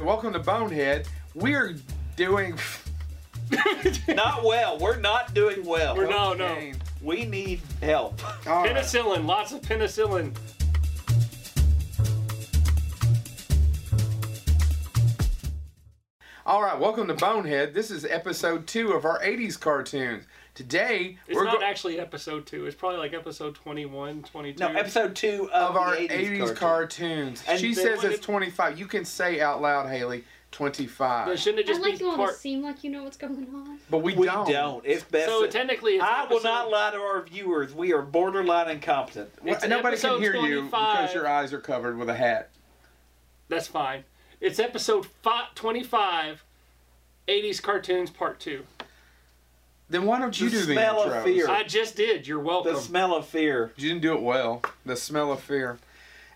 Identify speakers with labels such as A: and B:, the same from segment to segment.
A: Welcome to Bonehead. We're doing.
B: Not well. We're not doing well.
C: We're not- No, Oh, no.
A: Cocaine.
B: We need help.
A: All right.
C: Penicillin, lots of penicillin.
A: All right, welcome to Bonehead. This is episode two of our 80s cartoons. Today,
C: It's
A: we're
C: not
A: go-
C: actually episode two. It's probably like episode 21, 22.
B: No, episode two of,
A: of our
B: the
A: 80s,
B: 80s, cartoon.
A: cartoons.
B: And
A: she
C: they
A: says
C: wanted-
A: it's 25. You can say out loud, Haley, 25.
C: But shouldn't it
D: I
C: just
D: like
C: be
D: you all to
C: part?
D: seem like you know what's going on.
A: but we,
B: We
A: don't.
B: don't. It's best.
C: So technically, it's
B: I will
C: episode-
B: not lie to our viewers. We are borderline incompetent.
A: Well,
C: It's
A: Nobody can
C: episode
A: hear you
C: 25.
A: because your eyes are covered with a hat.
C: That's fine. It's episode fi- 25, 80s cartoons part two.
A: Then why don't you
B: The
A: do the
B: smell of
A: intros?
B: fear.
C: I just did. You're
B: The
C: welcome.
B: smell of fear.
A: You didn't do it well. The smell of fear.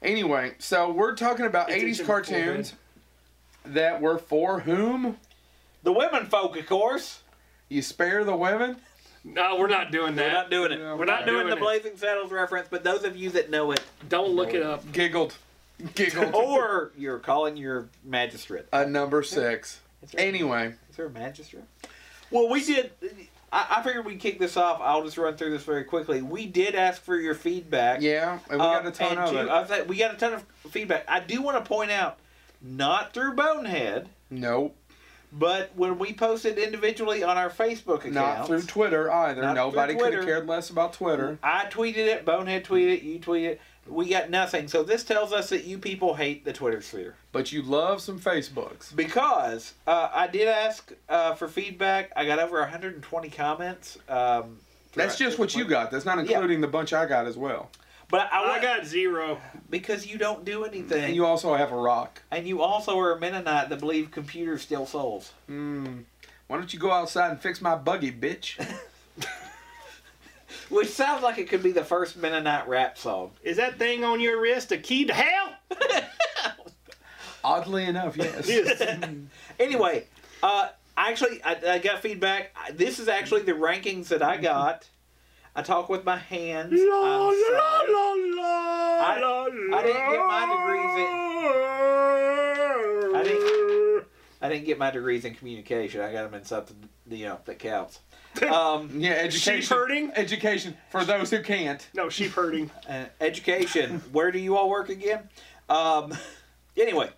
A: Anyway, so we're talking about
C: It's
A: 80s
C: itching before
A: cartoons that were for whom?
B: The women folk, of course.
A: You spare the women?
C: no, we're not doing
B: We're
C: that.
B: not doing it.
A: No,
B: We're
C: we're
B: not doing,
C: doing
B: the
C: it.
B: Blazing Saddles reference, but those of you that know it,
C: Don't look it up.
A: Giggled. Giggled.
B: or you're calling your magistrate.
A: a number six.
B: Is there-
A: Anyway,
B: Is there a magistrate? Well, we did. I, I figured we'd kick this off. I'll just run through this very quickly. We did ask for your feedback.
A: yeah, and we
B: Um,
A: got a ton
B: and
A: of
B: to-
A: it.
B: I was like, we got a ton of feedback. I do want to point out, not through Bonehead,
A: nope,
B: but when we posted individually on our Facebook account.
A: not through Twitter either.
B: Not through
A: Nobody could have
B: Twitter. Mm-hmm.
A: cared less about Twitter.
B: I tweeted it, Bonehead tweeted it, you tweeted it. We got nothing. So this tells us that you people hate the Twitter sphere.
A: But you love some Facebooks.
B: Because uh, I did ask uh, for feedback. I got over 120 comments. Um,
A: That's
B: throughout-
A: just what you got. That's not
B: Yeah.
A: including the bunch I got as well.
B: But I,
C: I
B: want-
C: got zero.
B: because you don't do anything,
A: And you also have a rock.
B: also are a Mennonite that believe computers steal souls.
A: Mm. Why don't you go outside and fix my buggy, bitch?
B: Which sounds like it could be the first Mennonite rap song.
C: Is that thing on your wrist a key to hell?
A: Oddly enough, yes.
B: Anyway, uh, actually, I, I got feedback. I- This is actually the rankings that I got. I talk with my hands. I'm sorry. I- I didn't get my
C: degrees in.
B: I didn't- I didn't get my degrees in communication. I got them in something you know that counts. Um,
A: Yeah, education.
C: Sheep herding?
A: Education for those who can't.
C: No, sheep herding.
B: uh, education. Where do you all work again? Um, anyway,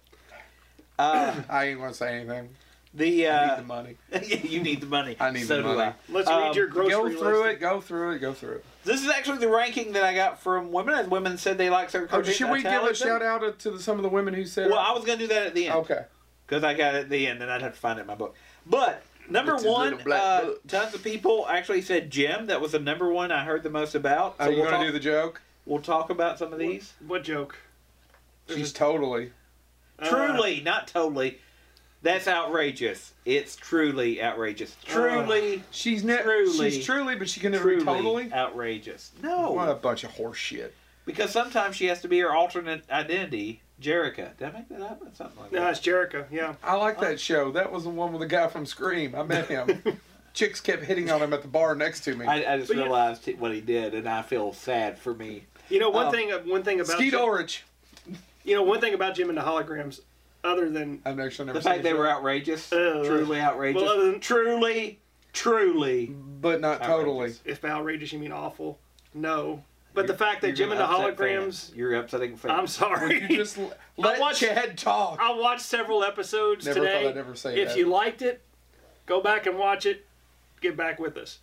B: uh,
A: I ain't gonna say anything.
B: the,
A: I need
B: uh,
A: the money.
B: you need the money.
A: I need
B: so
A: the
B: do
A: money.
B: I.
C: Let's
B: Um,
C: read your grocery
A: Go through
C: list.
A: it. Go through it. Go through it.
B: This is actually the ranking that I got from women. As women said they like certain.
A: Oh,
B: cartoons,
A: should
B: I
A: we give a
B: tallied them.
A: shout out to some of the women who said?
B: Well, I was gonna do that at the end
A: okay.
B: because I got it at the end, and I'd have to find it in my book. But number
A: It's a
B: one,
A: little black
B: uh,
A: book.
B: tons of people actually said Jim. That was the number one I heard the most about. Uh,
A: Are you
B: we'll
A: gonna
B: talk,
A: do the joke?
B: we'll talk about some of these.
C: What joke? There's
A: She's
C: a-
A: totally.
C: Uh,
B: truly, not totally. That's outrageous. It's truly outrageous.
A: Oh.
B: Truly,
A: She's ne-
B: Truly.
A: She's truly, but she can never
B: truly
A: be totally.
B: outrageous. No,
A: Oh. What a bunch of horse shit.
B: because sometimes she has to be her alternate identity, Jerica. Did I make that up? Something like that.
C: No, it's Jericho. Yeah.
A: I like that show. That was the one with the guy from Scream. I met him. Chicks kept hitting on him at the bar next to me.
B: I, I just
C: But you-
B: realized he- what he did, and I feel sad for me.
C: You know one
B: Um,
C: thing. uh, One thing about
A: Oh. Skeet
C: Jim-
A: Orange.
C: you know one thing about Jim and the holograms, other than
A: I've actually never
B: The
A: seen
B: fact
A: the
B: they
A: show.
B: were outrageous,
A: Oh,
C: Uh,
B: truly outrageous,
C: well, other than
B: truly, truly.
A: but not totally.
B: outrageous.
C: if outrageous you mean awful, no. But the fact that
B: You're
C: Jim and the
B: gonna upset
C: holograms.
B: fans. you're upsetting fans.
C: I'm
A: Would
C: sorry.
A: you just l- let
C: watched-
A: Chad talk?
C: I watched several episodes
A: Never
C: today.
A: thought I'd ever say
C: if
A: that.
C: you liked it, go back and watch it. Get back with us.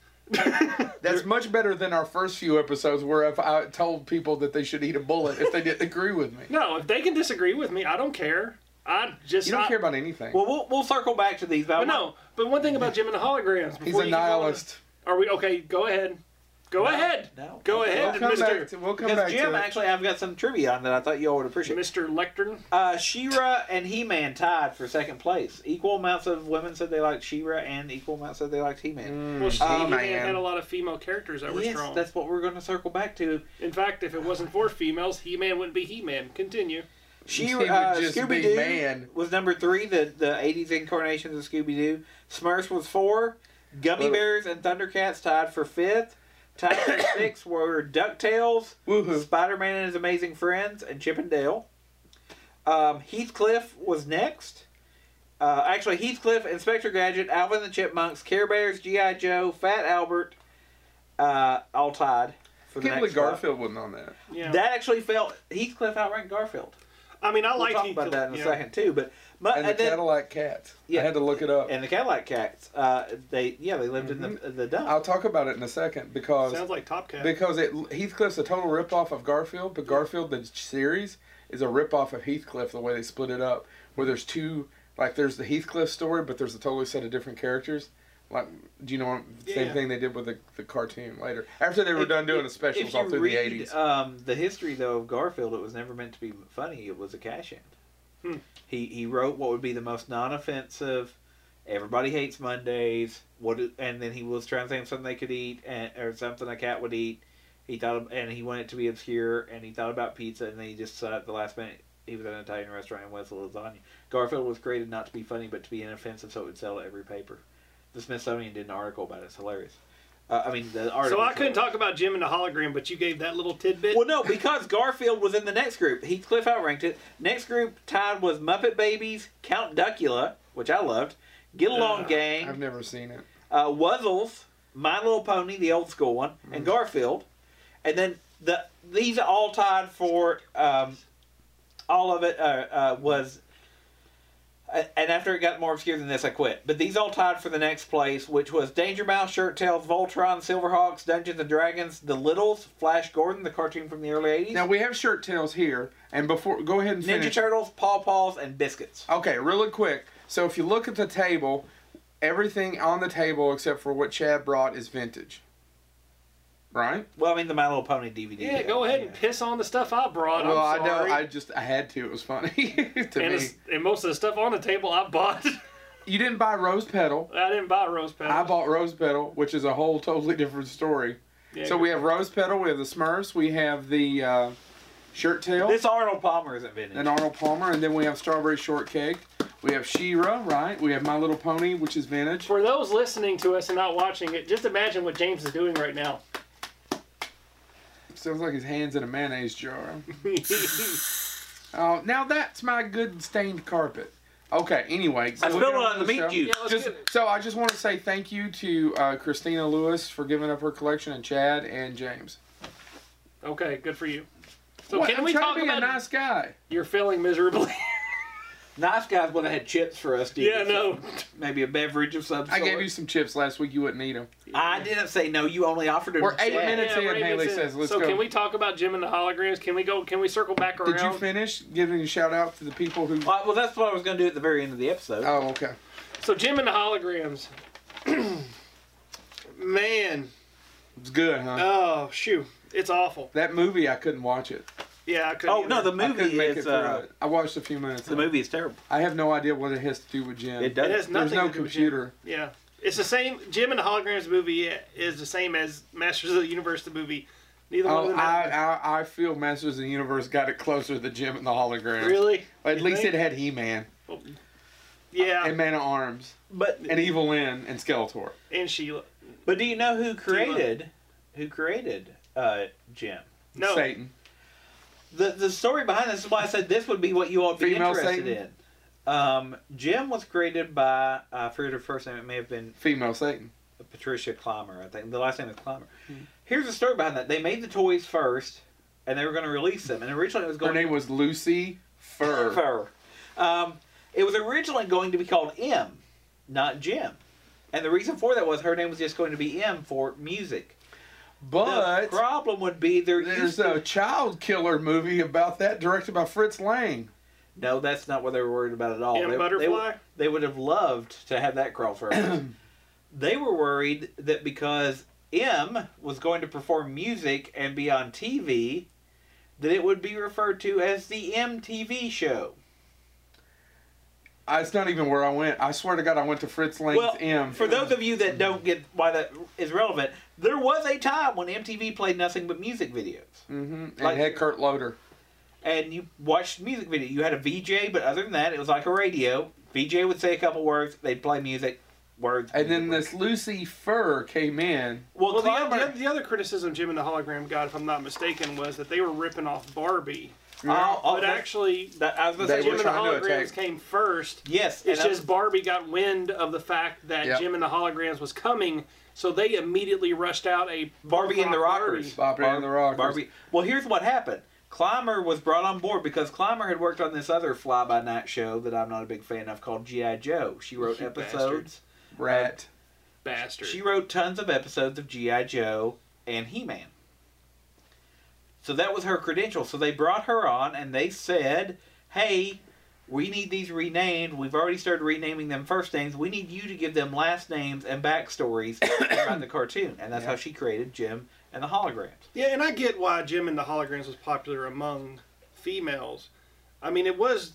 A: That's much better than our first few episodes where I've, I told people that they should eat a bullet if they didn't agree with me.
C: No, if they can disagree with me, I don't care. I just
A: You don't
C: I-
A: care about anything.
B: Well, we'll we'll circle back to these. But I
C: But
B: want-
C: no, but one thing about Jim and the holograms.
A: He's
C: before
A: a
C: you can go on-
A: nihilist.
C: Are we okay? Go ahead. Go
B: No,
C: ahead.
B: no.
C: Go
B: We'll
C: ahead,
A: We'll come
C: Mister
A: back to, we'll come back
B: Because Jim,
A: to it.
B: actually, I've got some trivia on that I thought you all would appreciate.
C: Mister Lectern.
B: Uh, She-Ra and He-Man tied for second place. Equal amounts of women said they liked She-Ra, and equal amounts said they liked
A: Mm,
B: He-Man.
C: Well, she he
B: Oh,
A: man.
C: had a lot of female characters that were
B: yes,
C: strong.
B: that's what we're going to circle back to.
C: In fact, if it wasn't for females, He Man wouldn't be He Man. Continue.
B: She
A: He would
B: uh,
A: just be
B: Scooby Doo
A: man.
B: was number three. The the '80s incarnations of Scooby Doo. Smurfs was four. Gummy
A: Wait.
B: Bears and Thundercats tied for fifth. Tied for sixth were Ducktales,
A: Woohoo.
B: Spider Man and His Amazing Friends, and Chip and Dale. Um, Heathcliff was next. Uh, actually, Heathcliff, Inspector Gadget, Alvin and the Chipmunks, Care Bears, G.I. Joe, Fat Albert, uh, all tied. For
A: I
B: the
A: can't
B: next
A: believe
B: spot.
A: Garfield wasn't on that.
C: Yeah.
B: That actually felt Heathcliff outranked Garfield.
C: I mean, I
B: We'll
C: like
B: talk
C: Heath-
B: about that in a
C: yeah.
B: second too. But, but
A: And,
B: and,
A: the
B: then
A: Cadillac Cats.
B: Yeah.
A: I had to look it up.
B: and the Cadillac cats. Uh, they yeah they lived in
A: Mm-hmm.
B: the the dump.
A: I'll talk about it in a second because
C: Sounds like Top Cat.
A: because it Heathcliff's a total ripoff of Garfield, but Garfield the series is a ripoff of Heathcliff the way they split it up, where there's two like there's the Heathcliff story, but there's a totally set of different characters. Like, do you know what, same
C: Yeah.
A: thing they did with the, the cartoon later after they were
B: If-
A: done doing
B: if-
A: the specials
B: if you
A: all through
B: read,
A: the eighties?
B: Um, the history though of Garfield, it was never meant to be funny. It was a cash in.
C: Hmm.
B: He he wrote what would be the most non-offensive. Everybody hates Mondays. What do- and then he was trying to think of something they could eat and or something a cat would eat. He thought of- and he wanted it to be obscure and he thought about pizza and then he just decided at the last minute he was at an Italian restaurant and was a lasagna. Garfield was created not to be funny but to be inoffensive so it would sell to every paper. The Smithsonian did an article about it. It's hilarious. Uh, I mean the article.
C: so I couldn't talk about Jim and the hologram, but you gave that little tidbit.
B: Well, no, because Garfield was in the next group. Heathcliff outranked it. Next group tied was Muppet Babies, Count Duckula, which I loved, Get Along
C: Uh,
A: I've
B: Gang,
A: never seen it.
B: uh, Wuzzles, My Little Pony, the old school one,
A: Mm-hmm.
B: and Garfield. And then the these all tied for um, all of it uh, uh, was. a- And after it got more obscure than this, I quit. But these all tied for the next place, which was Danger Mouse, Shirt Tails, Voltron, Silverhawks, Dungeons and Dragons, The Littles, Flash Gordon, the cartoon from the early 80s.
A: Now we have shirt tails here, and before go ahead and
B: Ninja
A: finish.
B: Turtles, Paw Paws, and Biscuits.
A: Okay, really quick. So if you look at the table, everything on the table except for what Chad brought is vintage. Right?
B: Well, I mean the My Little Pony DVD.
C: yeah, go ahead and piss on the stuff I brought.
A: well,
C: I'm
A: I
C: sorry.
A: know. I just I had to. It was funny to
C: and,
A: me.
C: it's- and most of the stuff on the table I bought.
A: You didn't buy Rose Petal.
C: I didn't buy rose petals.
A: I bought Rose Petal, which is a whole totally different story.
C: Yeah,
A: so we have Rose Petal. We have the Smurfs. We have the uh, Shirt Tail
B: This Arnold Palmer isn't vintage.
A: and Arnold Palmer, and then we have Strawberry Shortcake. We have She-Ra, right? We have My Little Pony, which is vintage.
C: For those listening to us and not watching it, just imagine what James is doing right now.
A: Sounds like his hands in a mayonnaise jar. Oh, now that's my good stained carpet. Okay. Anyway,
B: I
A: so we
B: spilled it
A: get
B: on the meat
A: show.
B: cube.
C: Yeah, let's
A: Just
C: get it.
A: so I just want to say thank you to uh, Christina Lewis for giving up her collection, and Chad and James.
C: Okay, good for you. So
A: What?
C: can
A: I'm
C: we
A: trying
C: talk
A: to be
C: about
A: a nice guy?
C: you're failing miserably?
B: Nice guys would have had chips for us. Dude.
C: yeah, no.
B: Maybe a beverage of some sort.
A: I gave you some chips last week. You wouldn't eat them.
B: I didn't say no. You only offered it.
A: We're
B: to
A: eight
B: Chad.
A: minutes
C: Yeah,
A: in.
C: Raven
A: Haley
C: said-
A: says, "Let's
C: so
A: go."
C: can we talk about Jim and the holograms? Can we go? Can we circle back around?
A: Did you finish giving a shout out to the people who?
B: Uh, Well, well, that's what I was going to do at the very end of the episode.
A: Oh, okay.
C: so Jim and the holograms. Man,
A: It's good, huh?
C: oh shoot, it's awful.
A: that movie, I couldn't watch it.
C: Yeah, I couldn't.
B: oh no,
C: either.
B: the
A: I couldn't
B: movie
A: make it
B: is
A: through
B: uh,
A: it. I watched a few minutes.
B: the
A: of it.
B: movie is terrible.
A: I have no idea what it has to do with Jim.
B: It It
C: it has
B: does.
C: nothing.
A: There's no
C: to do with Jim.
A: computer.
C: Yeah, it's the same. Jim and the holograms movie is the same as Masters of the Universe the movie. Neither one of
A: Oh,
C: them.
A: I,
C: have-
A: I I feel Masters of the Universe got it closer to Jim and the hologram.
C: really?
A: At
C: You
A: least
C: think?
A: it had He Man
C: Yeah,
A: and
C: and,
A: Man of Arms
B: But
A: and Evil Lynn and Skeletor.
C: Sheila.
B: but do you know who created who created uh, Jim?
C: No,
A: Satan.
B: the the story behind this is why I said this would be what you all would be
A: Female
B: interested
A: Satan?
B: in. Um, Jim was created by uh, I forget her first name. It may have been
A: Female Satan.
B: Patricia Clymer. I think the last name is Clymer.
A: Hmm.
B: Here's the story behind that. They made the toys first, and they were going to release them. And originally it was
A: Her
B: going
A: name was Lucy Fur.
B: Fur. Um, it was originally going to be called M, not Jim. And the reason for that was her name was just going to be M for music. the
A: But
B: problem would be there used
A: there's
B: to
A: a child killer movie about that directed by Fritz Lang.
B: No, that's not what they were worried about at all.
C: And
B: they,
C: Butterfly?
B: They, they would have loved to have that crossover. they were worried that because M was going to perform music and be on TV, that it would be referred to as the MTV show.
A: I- It's not even where I went. I swear to God, I went to Fritz Lang's
B: Well,
A: M.
B: For those of you that don't get why that is relevant, there was a time when MTV played nothing but music videos.
A: hmm And
B: Like-
A: it had Kurt Loder.
B: and you watched music video. You had a VJ, but other than that, it was like a radio. VJ would say a couple words, they'd play music, words.
A: And then
B: music,
A: this Lucy Fur came in.
B: Well,
C: Well, the,
B: Clymer-
C: other, the other criticism Jim and the Hologram got, if I'm not mistaken, was that they were ripping off Barbie
B: I'll- I'll-
C: But actually,
B: that, I was gonna
A: Oh, They
B: say
C: Jim
A: were
C: and the
A: trying to
C: Holograms
A: attack-
C: came first.
B: yes.
C: It's
B: and I-
C: just Barbie got wind of the fact that
A: Yep.
C: Jim and the Holograms was coming, so they immediately rushed out a
B: Barbie and the
C: Rock
B: Rockers.
C: Barbie.
A: Barbie and the Rockers.
B: Barbie. Well, here's what happened. Clymer was brought on board because Clymer had worked on this other fly by night show that I'm not a big fan of called G.I. Joe. She wrote
C: You
B: episodes.
A: Rat.
C: bastard.
B: She wrote tons of episodes of G.I. Joe and He Man. So that was her credential. So they brought her on and they said, hey, we need these renamed. We've already started renaming them first names. We need you to give them last names and backstories about the cartoon. And that's
A: Yeah.
B: how she created Jim and the Holograms.
C: Yeah, and I get why Jim and the Holograms was popular among females. I mean, it was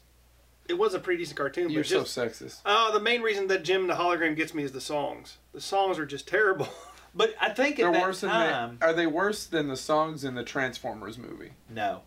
C: it was a pretty decent cartoon,
A: You're
C: but
A: so
C: just
A: sexist.
C: uh, the main reason that Jim and the Hologram gets me is the songs. The songs are just terrible.
B: But I think
A: They're
B: at that
A: worse than
B: time,
A: the, are they worse than the songs in the Transformers movie?
B: no.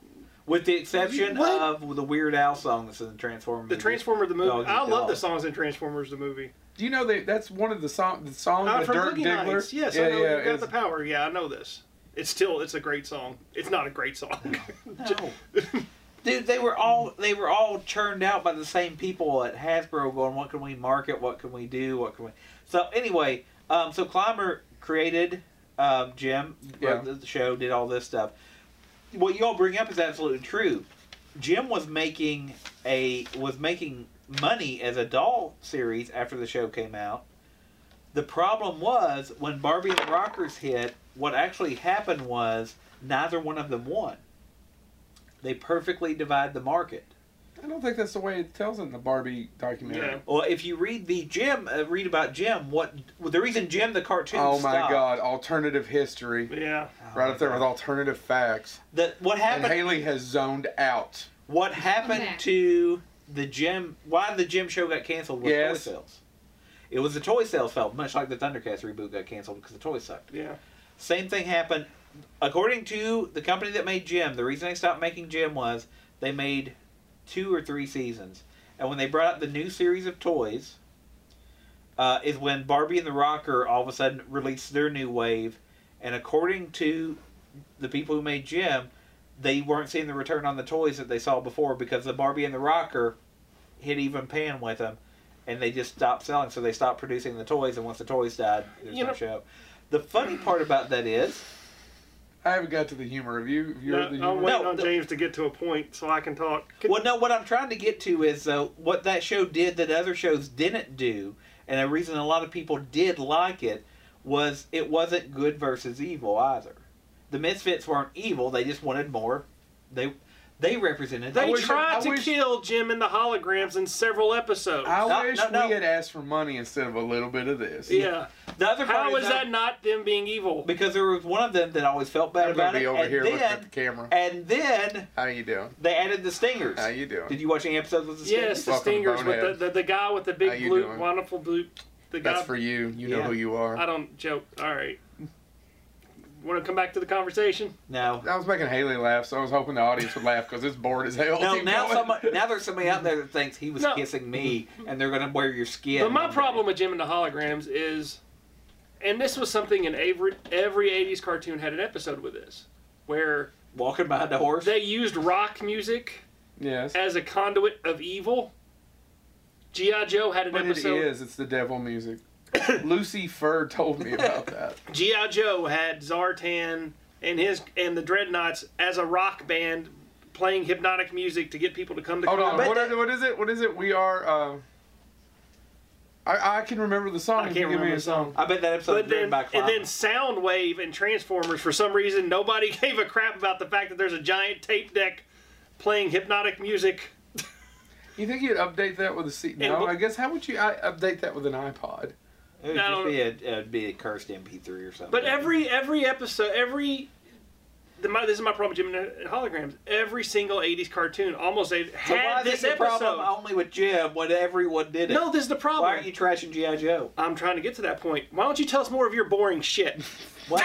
B: With the exception
C: What?
B: of the Weird Al song that's in the Transformers.
C: The Transformer the movie.
B: Dog eat
C: I love
B: dog.
C: the songs in Transformers the movie.
A: Do you know they, that's one of the song the song
C: Uh,
A: Oh, the
C: from
A: Dirk
C: Boogie
A: Diggler?
C: Nights. Yes,
A: yeah,
C: I know
A: yeah,
C: you've got
A: it's-
C: the power. Yeah, I know this. It's still it's a great song. It's not a great song.
B: No. Dude, they were all they were all churned out by the same people at Hasbro, going, "What can we market? What can we do? What can we?" So anyway, um, so Clymer created um, Jim,
A: Yeah.
B: wrote the show, did all this stuff. What you all bring up is absolutely true. Jim was making a was making money as a doll series after the show came out. The problem was when Barbie and the Rockers hit, what actually happened was neither one of them won. They perfectly divide the market.
A: I don't think that's the way it tells in the Barbie documentary.
C: Yeah.
B: Well, if you read the Jim, uh, read about Jim, what well, the reason Jim the cartoon
A: Oh my
B: stopped-
A: God! Alternative history,
C: yeah.
B: Oh
A: right
B: my
A: up there
B: God.
A: with alternative facts.
B: the, what
A: And
B: happened
A: Haley has zoned out.
B: What happened
D: back.
B: to the gym? Why the gym show got canceled was
A: Yes.
B: toy sales. It was the toy sales failed, much like the Thundercats reboot got canceled because the toys sucked.
C: Yeah.
B: Same thing happened. According to the company that made Jim, the reason they stopped making Jim was they made two or three seasons, and when they brought out the new series of toys, uh, is when Barbie and the Rocker all of a sudden released their new wave, and according to the people who made Jim, they weren't seeing the return on the toys that they saw before because the Barbie and the Rocker hit even pan with them, and they just stopped selling. So they stopped producing the toys, and once the toys died, there's
C: You
B: no
C: know-
B: show. The funny part about that is,
A: I haven't got to the humor. Have you? Have you heard the
C: No, I'm
A: humor?
C: waiting
B: No,
C: on
B: the-
C: James to get to a point so I can talk.
B: well, no, what I'm trying to get to is though what that show did that other shows didn't do, and the reason a lot of people did like it was it wasn't good versus evil either. The Misfits weren't evil; they just wanted more. They they represented.
C: They
A: I wish-
C: tried
A: I
C: to
A: wish-
C: kill Jim and the holograms in several episodes.
A: I
B: No,
A: wish
B: no, no.
A: we had asked for money instead of a little bit of this.
C: yeah.
B: the other part
C: How is
B: not-
C: that not them being evil?
B: because there was one of them that always felt bad
A: I'm
B: about
A: gonna be
B: it.
A: over
B: and
A: here looking at the
B: then,
A: camera.
B: and then
A: How you doing?
B: they added the stingers.
A: How you doing?
B: Did you watch any episodes with the
C: Yes,
B: stingers?
C: the
A: Welcome,
C: stingers with
A: bonehead.
C: the, the the guy with the
A: How
C: big
A: you
C: blue,
A: doing?
C: wonderful blue. The guy.
A: That's for you. You know
B: Yeah.
A: who you
C: I
A: are.
C: don't joke. All right. Want to come back to the conversation?
B: No.
A: I was making Haley laugh, so I was hoping the audience would laugh because it's bored as hell.
B: No,
A: Keep
B: now
A: going.
B: somebody, now there's somebody out there that thinks he was
C: No.
B: kissing me, and they're gonna wear your skin.
C: but my problem with Jim and the Holograms is, and this was something in every every '80s cartoon had an episode with this, where
B: walking behind a horse.
C: they used rock music
A: Yes.
C: as a conduit of evil. G.I. Joe had an
A: But it
C: episode.
A: is. It's the devil music. Lucy Fur told me about that.
C: G.I. Joe had Zartan and his and the Dreadnoughts as a rock band playing hypnotic music to get people to come to
A: Hold on.
C: combat.
A: What, are, what is it? What is it? We are. Uh, I I can remember the song.
C: I
A: if you give
C: can't
A: me
C: remember
A: a
C: the song.
B: I bet that episode was
C: But then,
B: written by Clyde.
C: and then Soundwave and Transformers, for some reason, nobody gave a crap about the fact that there's a giant tape deck playing hypnotic music.
A: You think you'd update that with a C? No,
C: what-
A: I guess how would you I, update that with an iPod?
B: it would
C: I
B: just
C: don't-
B: be a, it'd be a cursed MP3 or something.
C: But every every episode, every the, my, this is my problem, with Jim and holograms. Every single '80s cartoon, almost they
B: so why
C: had
B: is
C: this
B: it the
C: episode.
B: problem only with Jim when everyone did it?
C: no, this is the
B: why
C: problem.
B: aren't you trashing GI Joe?
C: I'm trying to get to that point. Why don't you tell us more of your boring shit?
B: What?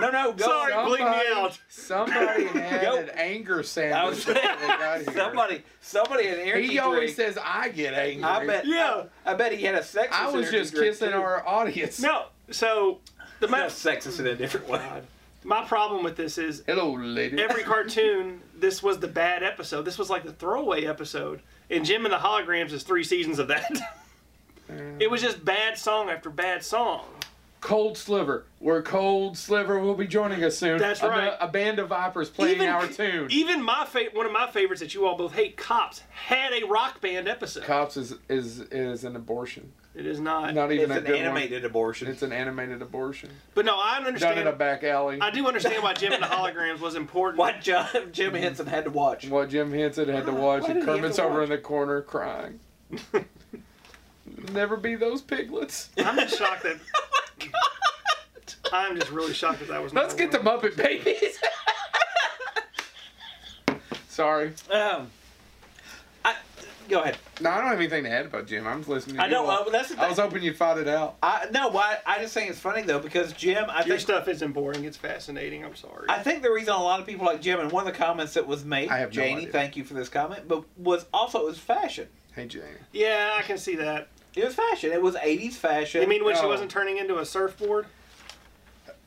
B: no, no, go.
C: Sorry,
B: on.
C: bleep me
A: Somebody-
C: out.
A: Somebody had
B: Yo.
A: an anger
B: I was
A: sandwich. when they got
B: saying,
A: here.
B: somebody, somebody in here.
A: He always says I get angry.
B: I bet.
C: Yeah.
B: I, bet he had a sexist.
A: I was
B: energy
A: just
B: drink,
A: kissing
B: too.
A: our audience.
C: No, so the
B: Not
C: ma-
B: sexist in a different way.
C: My problem with this is
A: Hello, lady.
C: every cartoon, this was the bad episode. This was like the throwaway episode. And Jim and the Holograms is three seasons of that. it was just bad song after bad song.
A: Cold Sliver, where Cold Sliver will be joining us soon.
C: That's
A: A-
C: right.
A: A, band of vipers playing our tune.
C: Even e- my fa- one of my favorites that you all both hate, Cops, had a rock band episode.
A: Cops is is is an abortion.
C: It is not.
A: Not even
B: It's
A: a
B: an
A: good
B: animated
A: one.
B: abortion.
A: It's an animated abortion
C: But no, I
A: done in a
C: understand.
A: back alley.
C: I do understand why Jim and the Holograms was important.
B: what John, Jim Henson had to watch.
A: What Jim Henson had to watch,
B: Why
A: and
B: did he have
A: Kermit's
B: to
A: over
B: watch?
A: in the corner crying. Never be those piglets.
C: I'm just shocked that. I'm just really shocked that that was.
A: Let's get the Muppet Babies. Sorry.
B: Um, I, go ahead.
A: No, I don't have anything to add about Jim. I'm listening. To
B: I
A: you
B: don't.
A: all.
B: Uh, that's the
A: I was
B: thing.
A: hoping you'd fight it out.
B: I, no, why? I just think it's funny though because Jim. I
C: Your
B: think
C: stuff isn't boring. It's fascinating. I'm sorry.
B: I think the reason a lot of people like Jim and one of the comments that was made,
A: I have no
B: Janie,
A: idea.
B: thank you for this comment, but was also it was fashion.
A: Hey, Jane.
C: yeah, I can see that.
B: It was fashion. It was eighties fashion.
C: You mean when she
A: No.
C: wasn't turning into a surfboard?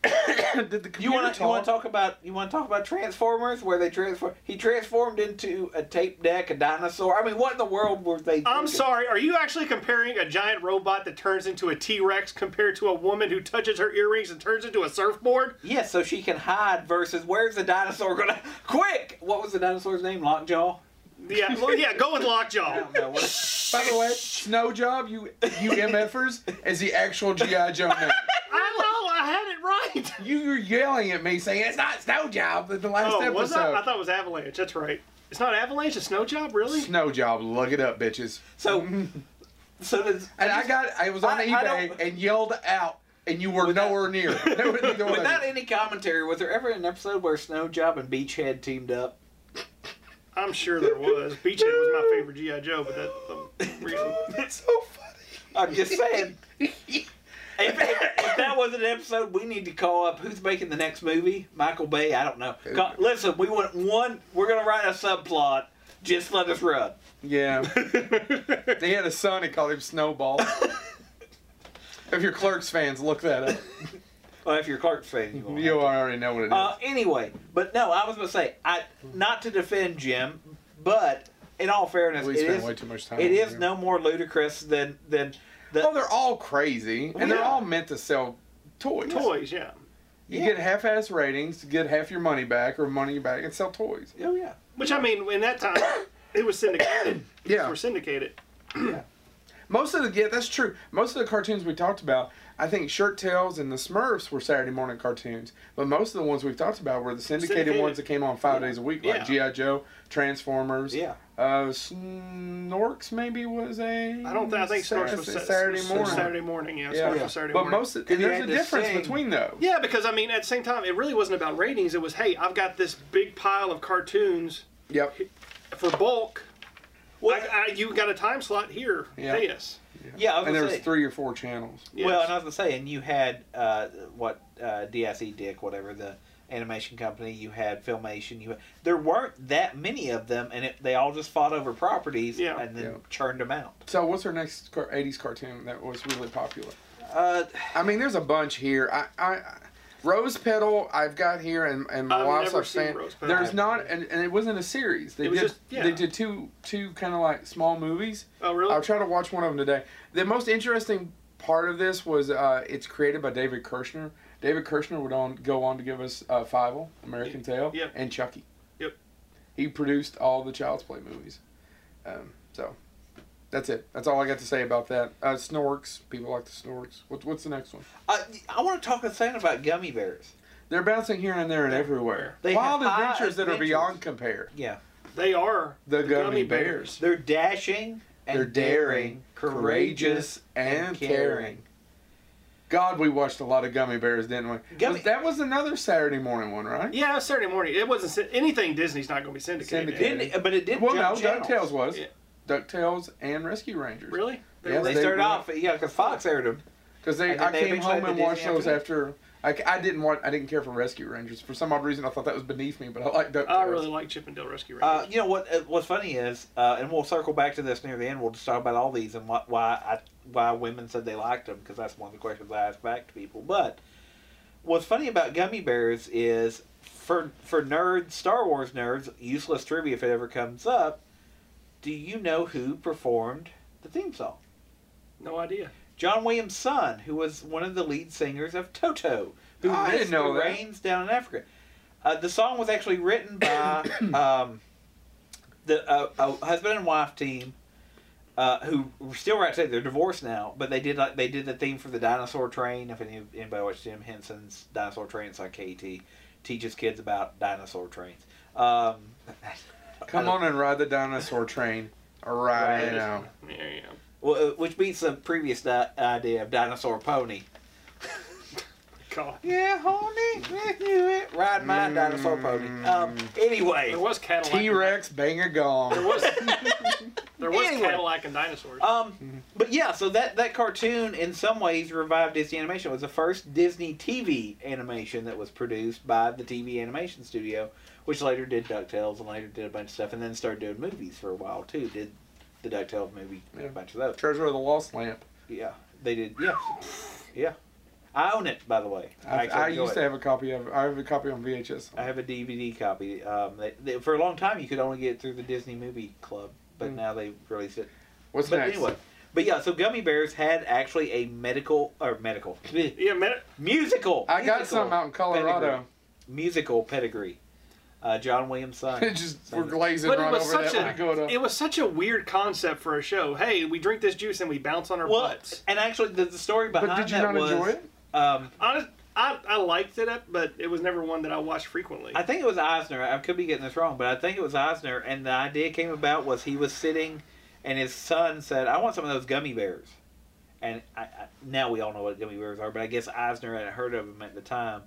A: Did the computer
B: you want to you want
A: talk?
B: to talk about you want to talk about Transformers where they transform he transformed into a tape deck a dinosaur. I mean, what in the world were they?
C: I'm
B: thinking?
C: sorry. Are you actually comparing a giant robot that turns into a T-Rex compared to a woman who touches her earrings and turns into a surfboard?
B: Yes, so she can hide versus where's the dinosaur gonna? Quick! What was the dinosaur's name? Lockjaw.
C: Yeah, well, yeah. Go with
B: I
C: Lockjaw.
B: don't know. What,
A: By the way, Snow Job, you you MFers, is the actual GI Joe name.
C: I know. I had it right.
A: You were yelling at me saying it's not Snow Job in the last
C: Oh,
A: episode.
C: was that? I thought it was Avalanche. That's right. It's not Avalanche. It's Snow Job, really.
A: Snow Job, look it up, bitches.
B: so, so does,
A: And I got I was on
B: I- I
A: eBay
B: don't-
A: and yelled out, and you were
B: Without-
A: nowhere near. There was neither one of
B: without
A: you.
B: any commentary, was there ever an episode where Snow Job and Beachhead teamed up?
C: I'm sure there was. Beachhead was my favorite GI Joe, but that's the reason.
A: It's so funny.
B: I'm just saying. If, if that was an episode, we need to call up who's making the next movie. Michael Bay. I don't know. Call, listen, we want one. We're gonna write a subplot. Just let us run.
A: Yeah, they had a son and called him Snowball. if you're Clerks fans, look that up.
B: Well, if you're Clark's fan, you will.
A: You already know what it is.
B: Uh, anyway, but no, I was gonna say, I not to defend Jim, but in all fairness,
A: we
B: it
A: spend
B: is
A: way too much time.
B: it
A: on
B: is
A: him.
B: no more ludicrous than than the
A: Oh, they're all crazy, and they're
C: Yeah.
A: all meant to sell toys.
C: Toys, yeah.
A: You
B: Yeah.
A: get half-ass ratings, get half your money back or money back, and sell toys.
B: oh yeah.
C: Which I mean, in that time, it was syndicated.
A: Yeah.
C: Were syndicated.
A: Most of the yeah, that's true. Most of the cartoons we talked about, I think Shirt Tails and the Smurfs were Saturday morning cartoons, but most of the ones we've talked about were the syndicated,
C: Syndicated.
A: ones that came on five days a week, like
C: Yeah.
A: GI Joe, Transformers.
B: Yeah.
A: Uh, Snorks maybe was a.
C: I don't. Th- I think Snorks was
A: Saturday,
C: Sat-
A: Saturday
C: was
A: morning.
C: Saturday morning. Yeah.
A: Yeah.
C: Snorks was Saturday
A: But
C: morning.
A: most of,
B: And
A: and
B: you
A: there's a
B: had to
A: difference
B: sing.
A: between those.
C: Yeah, because I mean, at the same time, it really wasn't about ratings. It was, hey, I've got this big pile of cartoons
A: Yep.
C: for bulk.
B: Well,
C: I, I, you got a time slot here.
A: Yeah.
C: Pay us.
B: yeah, I was
A: And there
B: gonna
A: was
B: say.
A: three or four channels.
C: Yes.
B: Well, and I was gonna say, and you had uh, what uh, DIC Dick, whatever the animation company, you had Filmation. You had, there weren't that many of them, and it, they all just fought over properties
C: Yeah.
B: and then
A: Yeah.
B: churned them out.
A: So what's our next car- 80s cartoon that was really popular?
B: Uh,
A: I mean, there's a bunch here. I, I Rose Petal, I've got here, and, and my
C: I've
A: wife's
C: never
A: a fan.
C: seen Rose Petal.
A: There's not, and, and it wasn't a series. They
C: It
A: did
C: was just- yeah.
A: they did two two kind of like small movies.
C: Oh, really?
A: I'll try to watch one of them today. The most interesting part of this was uh, it's created by David Kirshner. David Kirshner would on go on to give us uh, Fievel, American Tail,
C: Yep.
A: and Chucky.
C: Yep.
A: He produced all the Child's Play movies. Um, so that's it. That's all I got to say about that. Uh, snorks. People like the snorks. What, what's the next one?
B: I, I want to talk a second about gummy bears.
A: They're bouncing here and there and everywhere.
B: They
A: Wild
B: have high
A: adventures that are
B: adventures.
A: beyond compare.
B: Yeah,
C: They are
A: The gummy bears.
B: they're dashing. And
A: They're daring, courageous, and caring. God, we watched a lot of Gummy Bears, didn't we?
B: Gummy-
A: Was- that was another Saturday morning one, right?
C: Yeah, it was Saturday morning. It wasn't sy- anything Disney's not going to be syndicated.
A: Syndicated.
B: Didn't, but it did.
A: Well, no,
B: jump channels.
A: DuckTales was.
C: Yeah.
A: DuckTales and Rescue Rangers.
C: Really? They
A: Yes.
C: were-
B: They
A: They
B: started
A: were.
B: off, yeah, because Fox aired them.
A: Because they,
B: And then
A: I
B: they
A: came
B: eventually
A: home
B: had
A: and
B: the
A: watched
B: Disney
A: those
B: afternoon.
A: after. I, I didn't want. I didn't care for Rescue Rangers for some odd reason. I thought that was beneath me, but I like DuckTales.
C: I really like Chip and Dale Rescue Rangers.
B: Uh, you know what? uh, What's funny is, uh, and we'll circle back to this near the end. We'll just talk about all these and what, why I, why women said they liked them because that's one of the questions I asked back to people. But what's funny about gummy bears is for for nerds, Star Wars nerds, useless trivia if it ever comes up. Do you know who performed the theme song?
C: No idea.
B: John Williams' son, who was one of the lead singers of Toto, who
A: Ah, I didn't
B: lives-
A: know
B: who
A: that.
B: reigns down in Africa. Uh, the song was actually written by um, the uh, a husband and wife team uh, who were still right today. They're divorced now, but they did like they did the theme for the dinosaur train. If any, anybody watched Jim Henson's Dinosaur Train, it's on KT. Teaches kids about dinosaur trains. Um,
A: Come on and ride the dinosaur train. All right,
B: Right.
A: you know.
C: There you go.
B: wh- which beats the previous di- idea of dinosaur pony.
C: God.
B: Yeah, honey, let's do it. Ride my dinosaur pony. Um, anyway,
C: There was Cadillac.
A: T Rex bang a
C: There
A: gong.
C: was. there was
B: Anyway.
C: Cadillac and dinosaurs.
A: Uh,
B: um, but yeah, so that that cartoon in some ways revived Disney animation. It was the first Disney TV animation that was produced by the TV animation studio, which later did Ducktales and later did a bunch of stuff, and then started doing movies for a while too. Did the Ducktales movie, did
A: Yeah.
B: a bunch of those.
A: Treasure of the Lost Lamp.
B: Yeah, they did. Yeah, yeah. I own it, by the way.
A: I,
B: actually
A: I,
B: enjoy
A: used
B: it.
A: to have a copy of. I have a copy on VHS.
B: I have a DVD copy. Um, they, they, for a long time, you could only get it through the Disney Movie Club, but
A: Mm.
B: now they released it.
A: What's
B: but
A: next?
B: anyway, but yeah, so Gummy Bears had actually a medical or medical musical.
C: yeah, minute.
A: I got
B: musical
A: some out in Colorado.
B: musical pedigree. Uh, John Williams'
A: It
B: son.
A: just
B: Son
A: we're
B: of-
A: glazing
C: But it
A: right
C: was
A: over that
C: such a-
A: when I go to-
C: It was such a weird concept for a show. Hey, we drink this juice and we bounce on our
B: Well,
C: butts.
B: and actually, the, the story behind
A: But did you
B: that
A: not
B: was
A: enjoy it?
B: Um,
C: Honest, I, I liked it, but it was never one that I watched frequently.
B: I think it was Eisner. I could be getting this wrong, but I think it was Eisner. And the idea came about was he was sitting, and his son said, "I want some of those gummy bears." And I, I, now we all know what gummy bears are, but I guess Eisner had heard of them at the time.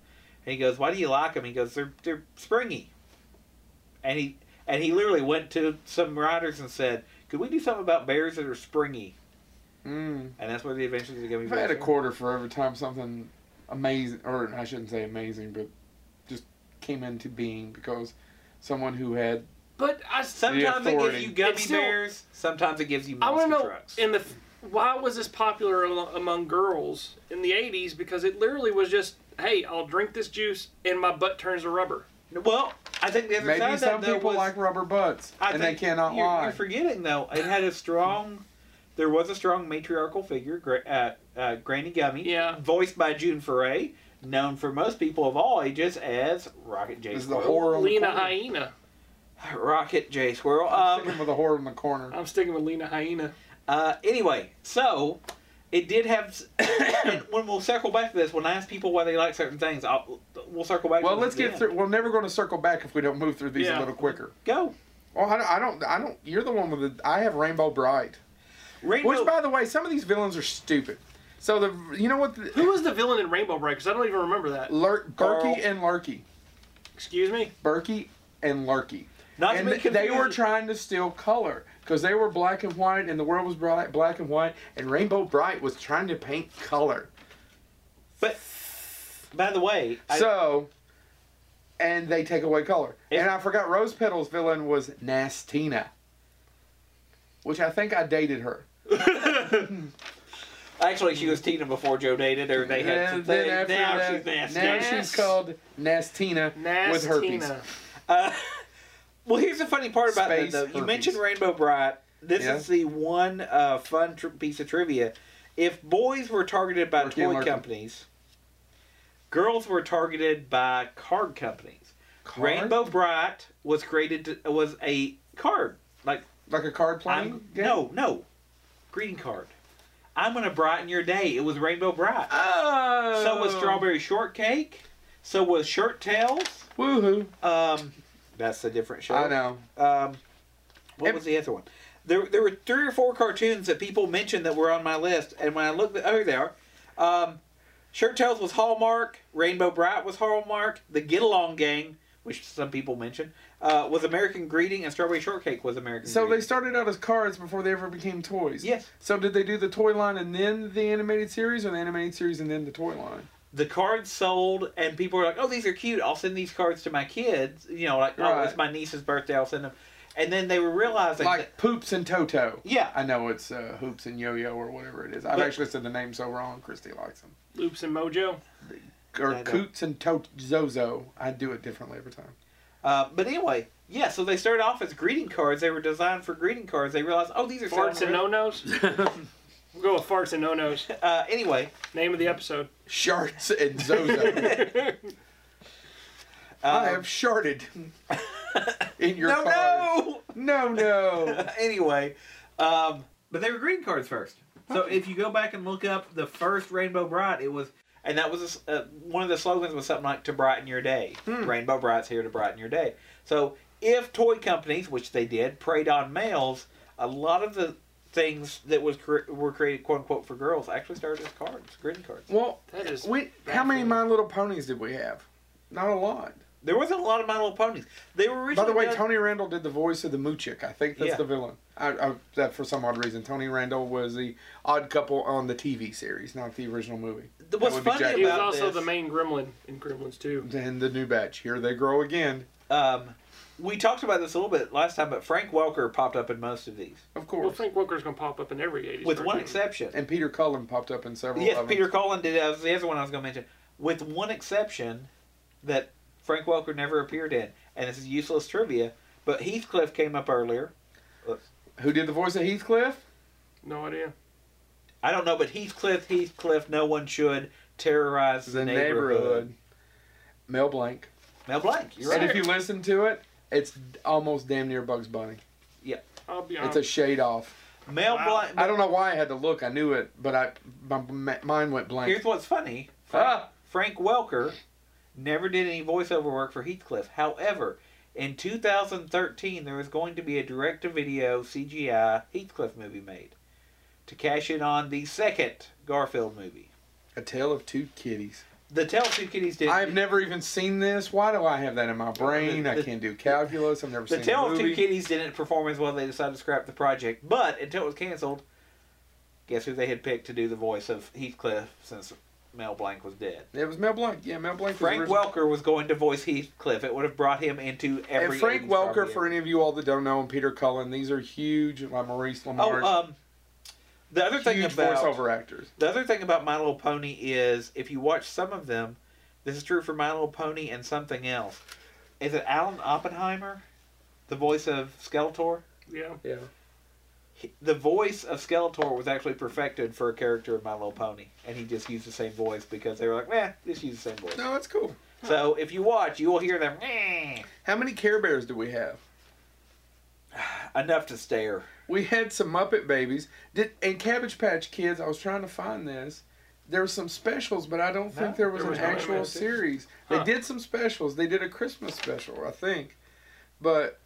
B: And he goes, "Why do you like them?" He goes, "They're they're springy." And he and he literally went to some writers and said, "Could we do something about bears that are springy?"
A: Mm.
B: And that's where the Adventures of the Gummy
A: If I had
B: Bears.
A: a quarter for every time something amazing, or I shouldn't say amazing, but just came into being because someone who had
C: but I, s-
B: Sometimes it gives
A: authority.
B: you gummy
C: It's still-
B: bears. Sometimes it gives you
C: I
B: monster
C: want to know
B: trucks.
C: in the f- why was this popular al- among girls in the '80s? Because it literally was just, hey, I'll drink this juice and my butt turns to rubber.
B: Well, I think the other side
A: maybe
B: of that
A: some
B: though
A: people
B: was,
A: like rubber butts
B: I
A: and they
B: think
A: cannot
B: you're,
A: lie.
B: You're forgetting though, it had a strong. There was a strong matriarchal figure, Gra- uh, uh, Granny Gummy,
C: Yeah.
B: voiced by June Foray, known for most people of all ages as Rocket J.
A: This is the
B: Squirrel.
A: horror. on the
C: Lena
A: corner.
C: Hyena.
B: Rocket J. Squirrel.
A: I'm sticking
B: Um,
A: with the horror in the corner.
C: I'm sticking with Lena Hyena.
B: uh, anyway, so it did have. and when we'll circle back to this, when I ask people why they like certain things, I'll, we'll circle back.
A: Well,
B: to
A: let's
B: this
A: get
B: again.
A: through. We're never going to circle back if we don't move through these a
C: Yeah.
A: little quicker.
B: Go.
A: Oh, I don't, I don't. I don't. You're the one with the. I have Rainbow Bright.
B: Rainbow.
A: Which, by the way, some of these villains are stupid. So the you know what? The,
C: Who was the villain in Rainbow Breakers? I don't even remember that.
A: Lur-
B: Carl.
A: Berkey and Lurky,
C: Excuse me.
A: Berkey and Lurky,
B: not
A: and
B: to be
A: th- they
B: confused-
A: were trying to steal color because they were black and white, and the world was bright, black and white, and Rainbow Bright was trying to paint color.
B: But by the way, I,
A: so, and they take away color.
B: If-
A: and I forgot Rose Petal's villain was Nastina, which I think I dated her.
B: actually she was Tina before Joe dated her. They had some
A: And then
B: things.
A: after
B: Now
A: that-
B: she's nasty.
A: now
C: Nas-
A: she's called Nastina with herpes.
C: Nastina.
B: Uh, well, here's the funny part about that
A: Space
B: though. You
A: herpes.
B: mentioned Rainbow Bright. This
A: Yeah.
B: is the one uh, fun tr- piece of trivia. If boys were targeted by
A: Lurky and
B: toy
A: lurky.
B: companies, girls were targeted by card companies.
A: Card?
B: Rainbow Bright was created to, was a card like
A: Like a card playing?
B: I'm,
A: game?
B: no no greeting card. I'm gonna brighten your day. It was Rainbow Bright.
A: Oh.
B: So was strawberry shortcake. So was shirt tails.
A: Woohoo!
B: Um, that's a different show.
A: I know.
B: Um, what
A: Ev-
B: was the other one? There, there were three or four cartoons that people mentioned that were on my list, and when I looked, oh, here they are. Um, shirt tails was Hallmark. Rainbow Bright was Hallmark. The Get Along Gang, which some people mentioned, uh, was American Greeting, and Strawberry Shortcake was American.
A: So they
B: Greeting.
A: started out as cards before they ever became toys.
B: yes,
A: So did they do the toy line and then the animated series, or the animated series and then the toy line?
B: the cards sold, and people were like, "Oh, these are cute. I'll send these cards to my kids." You know, like, "Oh,
A: Right.
B: it's my niece's birthday. I'll send them." And then they were realizing,
A: like
B: that-
A: Poops and Toto.
B: yeah,
A: I know it's uh, Hoops and Yo Yo or whatever it is. I've
B: But-
A: actually said the name so wrong. Christy likes them.
C: Loops and Mojo.
A: or
B: I don't.
A: Coots and to- Zozo. I do it differently every time.
B: Uh, but anyway, yeah. So they started off as greeting cards. They were designed for greeting cards. They realized, oh, these are
C: Farts and
B: selling
C: no nos. We'll go with farts and no nos.
B: re- Uh, anyway,
C: Name of the episode.
A: Sharts and Zozo. I have
B: um,
A: sharted in your
B: no,
A: car.
B: no.
A: No, no.
B: anyway, um, but they were greeting cards first. So if you go back and look up the first Rainbow Bright, it was, and that was a s uh, one of the slogans was something like "To brighten your day."
A: Hmm.
B: Rainbow Bright's here to brighten your day. So if toy companies, which they did, preyed on males, a lot of the things that was cre- were created "quote unquote" for girls actually started as cards, greeting cards.
A: Well,
C: That is.
A: we, how many My Little Ponies did we have? Not a lot.
B: There wasn't a lot of My Little Ponies. They were originally
A: By the way,
B: done-
A: Tony Randall did the voice of the Moochick. I think that's
B: Yeah.
A: the villain. I, I, that for some odd reason, Tony Randall was the odd couple on the TV series, not the original movie.
B: th- what's
A: would be
B: funny
A: Jack.
C: He was
B: about
C: also
B: this,
C: the main gremlin in Gremlins too.
A: Then the new batch. Here they grow again.
B: um, we talked about this a little bit last time, but Frank Welker popped up in most of these.
A: Of
C: Well,
A: course.
C: Frank Welker's gonna pop up in every '80s.
B: with one
C: cartoon.
B: exception.
A: and Peter Cullen popped up in several
B: yes,
A: of them.
B: Peter Cullen did. That was the other one I was going to mention. With one exception, that Frank Welker never appeared in, and this is useless trivia. But Heathcliff came up earlier.
A: Who did the voice of Heathcliff?
C: No idea.
B: I don't know, but Heathcliff, Heathcliff, no one should terrorize
A: The neighborhood. Mel Blanc.
B: Mel Blanc, you're
A: And
B: right.
A: if you listen to it, it's almost damn near Bugs Bunny.
C: I'll be
A: It's a
C: honest.
A: shade off.
B: Mel
C: Wow.
B: Blanc.
A: I don't know why I had to look. I knew it, but I my, my mind went blank.
B: Here's what's funny. Frank,
A: Ah.
B: Frank Welker never did any voiceover work for Heathcliff. However, in 2013, there was going to be a direct-to-video CGI Heathcliff movie made to cash in on the second Garfield movie.
A: A Tale of Two Kitties.
B: The Tale of Two Kitties did.
A: I've never even seen this. Why do I have that in my brain? I can't do calculus. I've never
B: the
A: seen
B: Tale
A: the
B: of
A: movie.
B: Two Kitties didn't perform as well. They decided to scrap the project, but until it was canceled, guess who they had picked to do the voice of Heathcliff since Mel Blanc was dead.
A: It was Mel Blanc. Yeah, Mel Blanc. was
B: Frank
A: original.
B: Welker was going to voice Heathcliff. It would have brought him into every.
A: And Frank
B: 80s
A: Welker,
B: property.
A: for any of you all that don't know, and Peter Cullen, these are huge, like Maurice Lamarche,
B: Oh, um, the other thing
A: huge
B: about
A: voiceover actors.
B: the other thing about My Little Pony is if you watch some of them, this is true for My Little Pony and something else. Is it Alan Oppenheimer, the voice of Skeletor?
C: yeah.
A: Yeah.
B: He- The voice of Skeletor was actually perfected for a character in My Little Pony, and he just used the same voice because they were like, "Nah, just use the same voice."
A: No, that's cool.
B: So if you watch, you will hear them "Meh,"
A: How many Care Bears do we have?
B: enough to stare.
A: We had some Muppet Babies did, and Cabbage Patch Kids. I was trying to find this. There were some specials, but I don't think
B: No,
A: there was
C: there was
A: an
C: no
A: actual
C: animated series.
A: series.
C: Huh.
A: They did some specials. They did a Christmas special, I think, but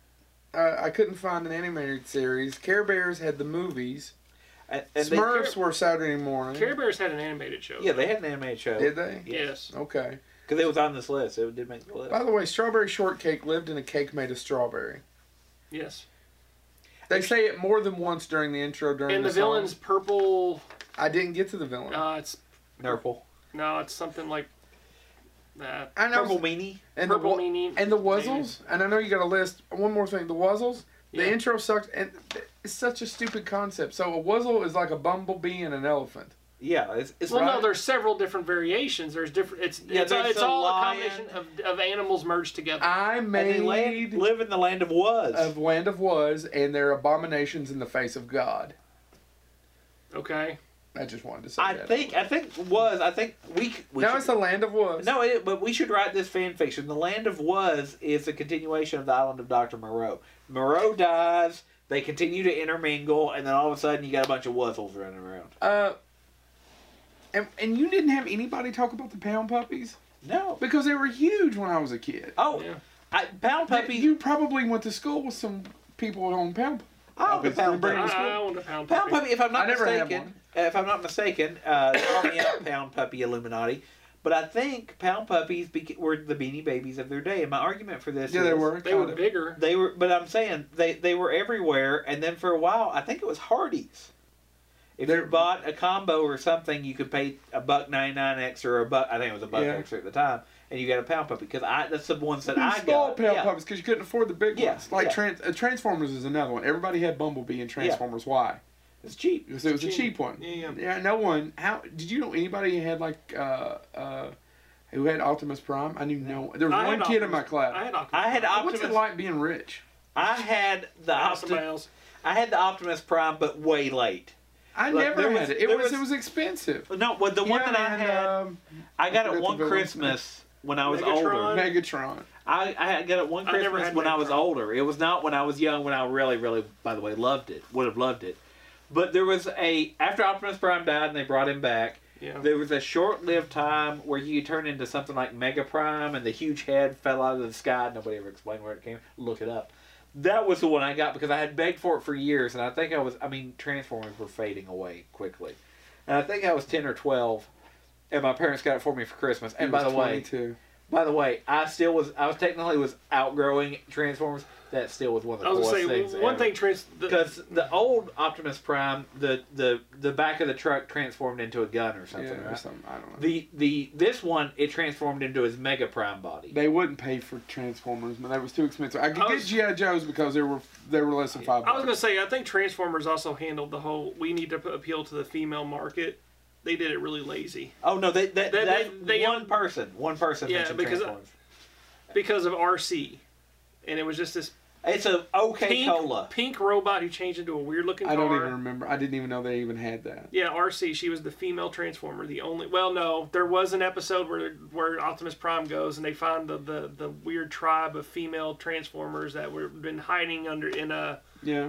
A: I, I couldn't find an animated series. Care Bears had the movies.
B: And, and they-
A: Smurfs were Saturday morning.
C: Care Bears had an animated show.
B: yeah, they had an animated show.
A: did Mm. they?
C: Yes.
A: Okay.
B: Because it was on this list. It did make the list.
A: By the way, strawberry shortcake lived in a cake made of strawberry.
C: Yes.
A: They say it more than once during the intro. During
C: And the
A: song.
C: villain's purple.
A: I didn't get to the villain.
C: Uh, it's
B: Nurple.
C: no, it's something like that.
A: I know.
B: Purple Meanie.
A: and the
C: purple
A: wa-
C: meanie.
A: And the Wuzzles, and I know you got a list. One more thing, the Wuzzles. The
C: Yeah.
A: intro sucks, and it's such a stupid concept. So a Wuzzle is like a bumblebee and an elephant.
B: Yeah, it's, it's
C: Well,
B: right.
C: no, there's several different variations. There's different. It's
B: Yeah,
C: it's,
B: there's
C: it's
B: a
C: all
B: lion.
C: a combination of, of animals merged together.
A: I
B: and they
A: made
B: land, live in the land of was.
A: of land of was and their abominations in the face of God. Ah.
C: Okay.
A: I just wanted to say
B: I
A: that.
B: think I think was I think we c- we
A: no,
B: should-
A: it's the land of was.
B: no it, but we should write this fan fiction. The land of was is a continuation of the island of Doctor Moreau. Moreau dies. They continue to intermingle, and then all of a sudden you got a bunch of wuzzles running around.
A: Uh, and and you didn't have anybody talk about the pound puppies
B: No.
A: because they were huge when I was a kid.
B: Oh,
C: Yeah.
B: I, pound puppy.
A: You probably went to school with some people who own pound. Pu-
B: I own a pound
A: Bring
C: I,
A: it to
B: puppy.
A: school.
C: I want a pound
B: Pound
C: puppy.
B: Puppy, if I'm not
A: I never had
B: mistaken, uh, if I'm not mistaken, uh, call me out, Pound Puppy Illuminati. But I think Pound Puppies beca- were the Beanie Babies of their day, and my argument for this
A: Yeah,
B: is
A: they were.
C: They
A: kind
C: were
A: of.
C: bigger.
B: they were. But I'm saying they they were everywhere, and then for a while, I think it was Hardee's. If
A: They're-
B: you bought a combo or something, you could pay a buck ninety nine extra, or a buck. I think it was a buck
A: Yeah.
B: extra at the time, and you got a Pound Puppy because I that's the ones that
A: Them
B: I
A: small
B: got.
A: pound
B: Yeah.
A: puppies because you couldn't afford the big
B: Yeah,
A: ones. Like
B: yeah.
A: Trans- uh, Transformers is another one. Everybody had Bumblebee and Transformers. Why?
B: It's cheap.
A: Because it was a
C: Cheap.
A: cheap one.
C: Yeah, yeah.
A: no one. How did you know anybody had like uh, uh, who had Optimus Prime. I knew no. There was
C: I
A: one
C: had
A: kid in my
C: Optimus- I
A: class.
C: had Optimus.
B: I had
C: Prime.
A: What's
B: Optimus.
A: it like being rich?
B: I had the
C: Out of
B: Opti-
C: bounds.
B: I had the Optimus Prime, but way late.
A: I
B: Like,
A: never
B: there
A: had
B: was-
A: it. It
B: there
A: was,
B: was-
A: it was expensive.
B: No, well, the one
A: Yeah,
B: that I
A: and,
B: had,
C: uh,
A: um,
B: I
A: forgot
B: got it
A: the
B: one
A: villain's
B: Christmas when I was
C: Megatron?
B: older.
A: Megatron.
B: I, I got it one
C: I never
B: Christmas
C: had
B: when I was
C: Megatron.
B: older. It was not when I was young. When I really, really, by the way, loved it. Would have loved it. But there was a after Optimus Prime died and they brought him back.
C: Yeah.
B: There was a short-lived time where you turned into something like Mega Prime, and the huge head fell out of the sky. Nobody ever explained where it came. Look it up. That was the one I got because I had begged for it for years, and I think I was. I mean, Transformers were fading away quickly, and I think I was ten or twelve, and my parents got it for me for Christmas. And
A: He
B: by the
A: was
B: way,
A: 22.
B: by the way, I still was. I was technically was outgrowing Transformers. That still was one of the
C: I was
B: coolest
C: gonna say
B: things.
C: one
B: ever.
C: thing. Trans. The,
B: Because the old Optimus Prime, the, the the back of the truck transformed into a gun or something.
A: yeah, or
B: right?
A: something. I don't know.
B: The the this one it transformed into his Mega Prime body.
A: they wouldn't pay for Transformers, but that was too expensive. I could
C: I
A: get
C: was-
A: GI Joes because they were they were less than five.
C: I was
A: Bucks.
C: gonna say I think Transformers also handled the whole we need to p- appeal to the female market. They did it really lazy
B: Oh no, they that,
C: They-
B: that,
C: they- they-
B: one person, one person
C: Yeah,
B: mentioned
C: because-
B: Transformers.
C: because of RC, and it was just this
B: It's a okay
C: pink,
B: cola.
C: pink robot who changed into a weird looking.
A: I
C: car.
A: don't even remember. I didn't even know they even had that.
C: Yeah, RC. She was the female Transformer. The only. Well, no, there was an episode where where Optimus Prime goes and they find the the, the weird tribe of female Transformers that were been hiding under in a.
A: Yeah.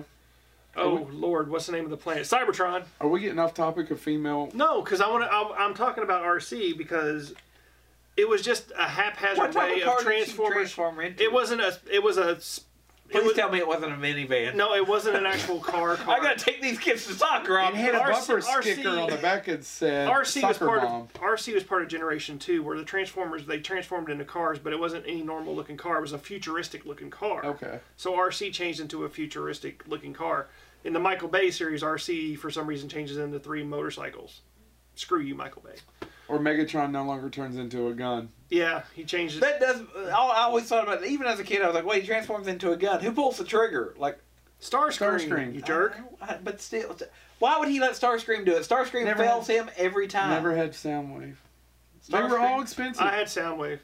C: Oh Lord, what's the name of the planet? Cybertron.
A: Are we getting off topic of female?
C: No, because I want to. I'm, I'm talking about RC because it was just a haphazard way of Transformers.
B: transform into?
C: It wasn't a. It was a. s- it
B: Please
C: was-
B: tell me it wasn't a minivan.
C: No, it wasn't an actual car. car.
B: I gotta take these kids to soccer.
A: It
B: Off.
A: had a
C: RC
A: bumper sticker on the back that said
C: RC was
A: "soccer
C: part
A: mom."
C: of RC was part of Generation Two, where the Transformers they transformed into cars, but it wasn't any normal looking car. It was a futuristic looking car.
A: Okay.
C: So RC changed into a futuristic looking car. In the Michael Bay series, RC for some reason changes into three motorcycles. Screw you, Michael Bay.
A: Or Megatron no longer turns into a gun.
C: Yeah, he changes.
B: That does. I I always thought about it. Even as a kid, I was like, "Wait, he transforms into a gun. Who pulls the trigger?" Like,
C: Starscream,
A: Starscream.
C: you jerk.
B: I- I- but still, why would he let Starscream do it? Starscream
A: Never
B: fails him every time.
A: Never had Soundwave. They were
B: Starscream.
A: all expensive.
C: I had Soundwave.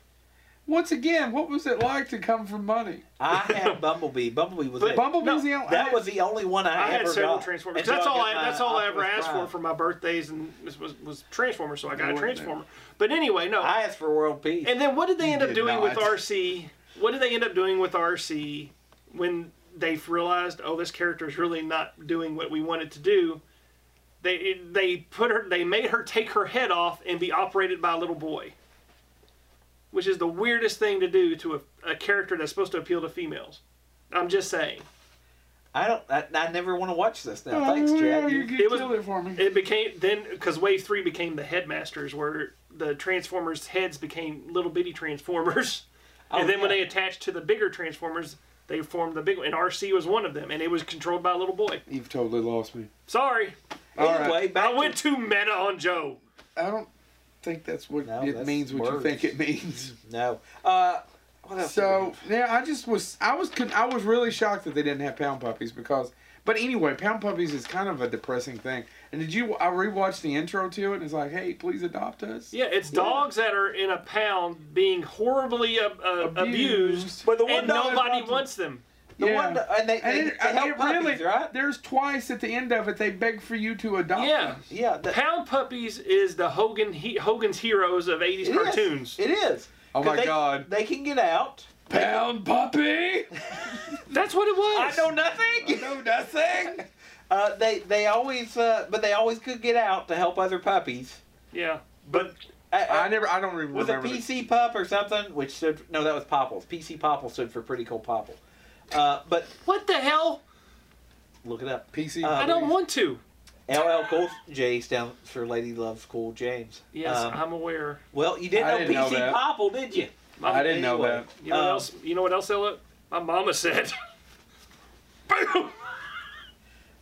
A: Once again, what was it like to come from money?
B: I had Bumblebee. Bumblebee was it.
A: Bumblebee's
C: no,
A: the only.
B: that was the only one I,
C: I had
B: ever
C: several
B: got.
C: Transformers.
B: Until
C: That's all.
B: got
C: I,
B: my
C: that's all I ever
B: Optimus
C: asked
B: Prime.
C: for for my birthdays, and this was was Transformers, so I
A: I
C: got a
A: wasn't there.
C: Transformer. But anyway, no.
B: I asked for world peace.
C: And then what did they end up
A: did
C: doing with
A: not.
C: RC? What did they end up doing with RC when they realized, oh, this character is really not doing what we wanted to do? They they put her they made her take her head off and be operated by a little boy, which is the weirdest thing to do to a, a character that's supposed to appeal to females. I'm just saying.
B: I don't. I, I never want to watch this now.
A: Oh,
B: Thanks,
A: yeah,
B: Chad.
A: you
B: You-
A: could
C: It was-
A: kill it for me.
C: It became then because Wave Three became the Headmasters, where the Transformers heads became little bitty Transformers, and
B: Oh,
C: then when
B: yeah.
C: they attached to the bigger Transformers, they formed the big one. And RC was one of them, and it was controlled by a little boy.
A: You've totally lost me.
C: Sorry,
A: All right.
B: Anyway, back
C: I went too meta on Joe.
A: I don't think that's what
B: No,
A: it
B: that's
A: means. What you
B: words.
A: think it means?
B: to no. Uh, what else did we
A: So
B: have?
A: yeah, I just was I was con- I was really shocked that they didn't have pound puppies because. But anyway, pound puppies is kind of a depressing thing. And did you? I rewatched the intro to it, and it's like, hey, please adopt us.
C: Yeah, it's dogs that are in a pound being horribly uh, uh,
A: Abused.
C: abused,
B: But the one
C: and
B: dog-
C: nobody wants them.
B: the
A: yeah.
B: one and they,
A: And
B: they,
A: it,
B: they
A: and
B: help
A: it
B: puppies,
A: really,
B: right?
A: there's twice at the end of it they beg for you to adopt.
C: Yeah.
A: us.
B: Yeah. that-
C: Pound puppies is the Hogan he, Hogan's Heroes of '80s
B: It is.
C: cartoons.
B: It is.
A: Oh
B: 'Cause
A: my
B: they-
A: God.
B: They can get out.
A: Pound puppy.
C: That's what it was.
B: I know nothing.
A: no nothing.
B: Uh, they they always uh, but they always could get out to help other puppies.
C: Yeah,
B: But uh,
A: I never. I don't even
B: was it
A: remember. the-
B: PC pup or something? Which stood no, that was Popples. PC Popple stood for pretty cool Popple. Uh, but
C: what the hell?
B: look it up.
A: PC.
B: Uh,
C: I don't want to.
B: LL Cool J stands for Lady Loves Cool James.
C: Yes,
B: Um,
C: I'm aware.
B: well, you didn't
A: I
B: know
A: didn't know
B: PC
A: that.
B: Popple, did you?
A: I didn't know
B: Anyway.
A: that.
C: You know
B: Um,
C: what else? You know what else, Ella? My mama said. Boom.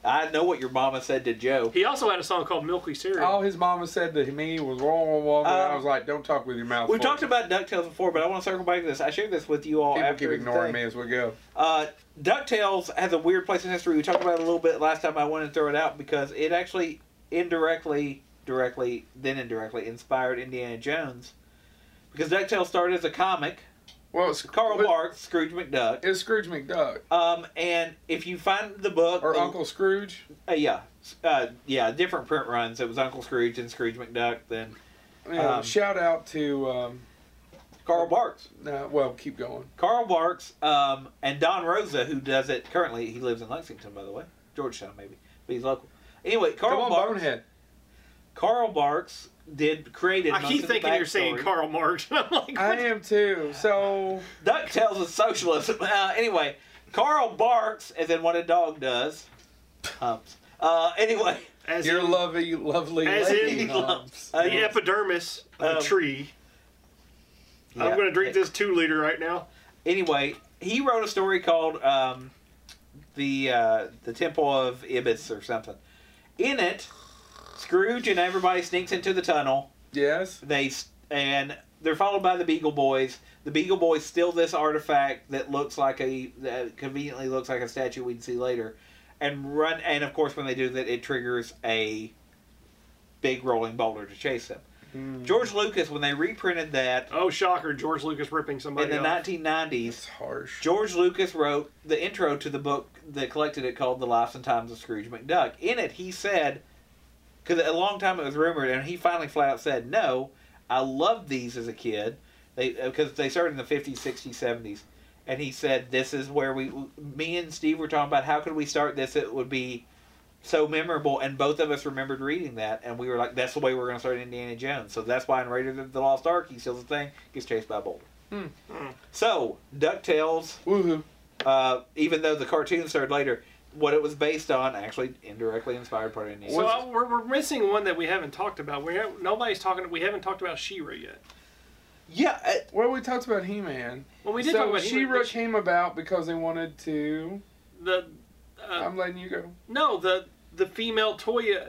B: I know what your mama said to Joe.
C: He also had a song called Milky Cereal.
B: Oh,
A: All his mama said to me was wrong, wrong, wrong. and I
B: Um,
A: was like, don't talk with your mouth.
B: We've
A: full.
B: talked about DuckTales before, but I want to circle back to this. I shared this with you all
A: People
B: after
A: keep
B: the
A: ignoring
B: thing.
A: me as we go.
B: Uh, DuckTales has a weird place in history. We talked about it a little bit last time. I wanted to throw it out because it actually indirectly, directly, then indirectly inspired Indiana Jones because DuckTales started as a comic.
A: Well, it's
B: Carl
A: it-
B: Marx, Scrooge McDuck.
A: It's Scrooge McDuck
B: Um, and if you find the book,
A: or
C: Oh.
B: the-
A: Uncle Scrooge.
B: uh, yeah, uh, yeah, different print runs. It was Uncle Scrooge and Scrooge McDuck, then
A: Yeah,
B: Um,
A: shout out to um,
B: Carl Barks.
A: uh, well, keep going.
B: Carl Barks, um, and Don Rosa, who does it currently. He lives in Lexington, by the way, Georgetown, maybe, but he's local. Anyway, Carl
A: Come on,
B: Barks.
A: Bonehead.
B: Carl Barks did created.
C: I
B: most
C: keep
B: of the
C: thinking you're saying
B: backstory.
C: Karl Marx. I'm like,
A: I
C: what?
A: am too. So
B: DuckTales is socialism. Uh, anyway, Carl barks as in what a dog does. Humps. Uh, anyway,
C: as
A: your
C: in
A: lovely, lovely
C: As
A: lady
C: in-
A: humps.
B: Uh,
C: the epidermis of
B: Um,
C: a tree.
B: yeah.
C: I'm gonna drink this two liter right now.
B: Anyway, he wrote a story called um, the uh, the Temple of Ibis or something. In it, Scrooge and everybody sneaks into the tunnel.
A: Yes.
B: They s- and they're followed by the Beagle Boys. The Beagle Boys steal this artifact that looks like a that conveniently looks like a statue we'd see later, and run. And of course, when they do that, it triggers a big rolling boulder to chase them.
A: Hmm.
B: George Lucas, when they reprinted that
C: Oh shocker! George Lucas ripping somebody.
B: in the
C: off.
B: 1990s,
A: It's harsh.
B: George Lucas wrote the intro to the book that collected it called The Lives and Times of Scrooge McDuck. In it, he said, because a long time it was rumored, and he finally flat out said, no, I loved these as a kid. They Because they started in the 50s, 60s, 70s. And he said, this is where we, me and Steve were talking about how could we start this? It would be so memorable. And both of us remembered reading that. And we were like, that's the way we're going to start Indiana Jones. So that's why in Raiders of the Lost Ark, he steals the thing, gets chased by a boulder.
A: Hmm.
C: Hmm.
B: So, DuckTales
A: Woohoo!
B: uh, even though the cartoon started later, what it was based on actually indirectly inspired part of E Indiana.
C: So
B: Jones.
C: uh, we're, we're missing one that we haven't talked about. We have, nobody's talking. We haven't talked about Shira yet.
B: yeah, uh,
A: Well, we talked about He-Man.
C: Well, we did
A: so
C: talk about He-Man,
A: She-Ra
C: but
A: came about because they wanted to.
C: the uh,
A: I'm letting you go.
C: no the the female toy uh,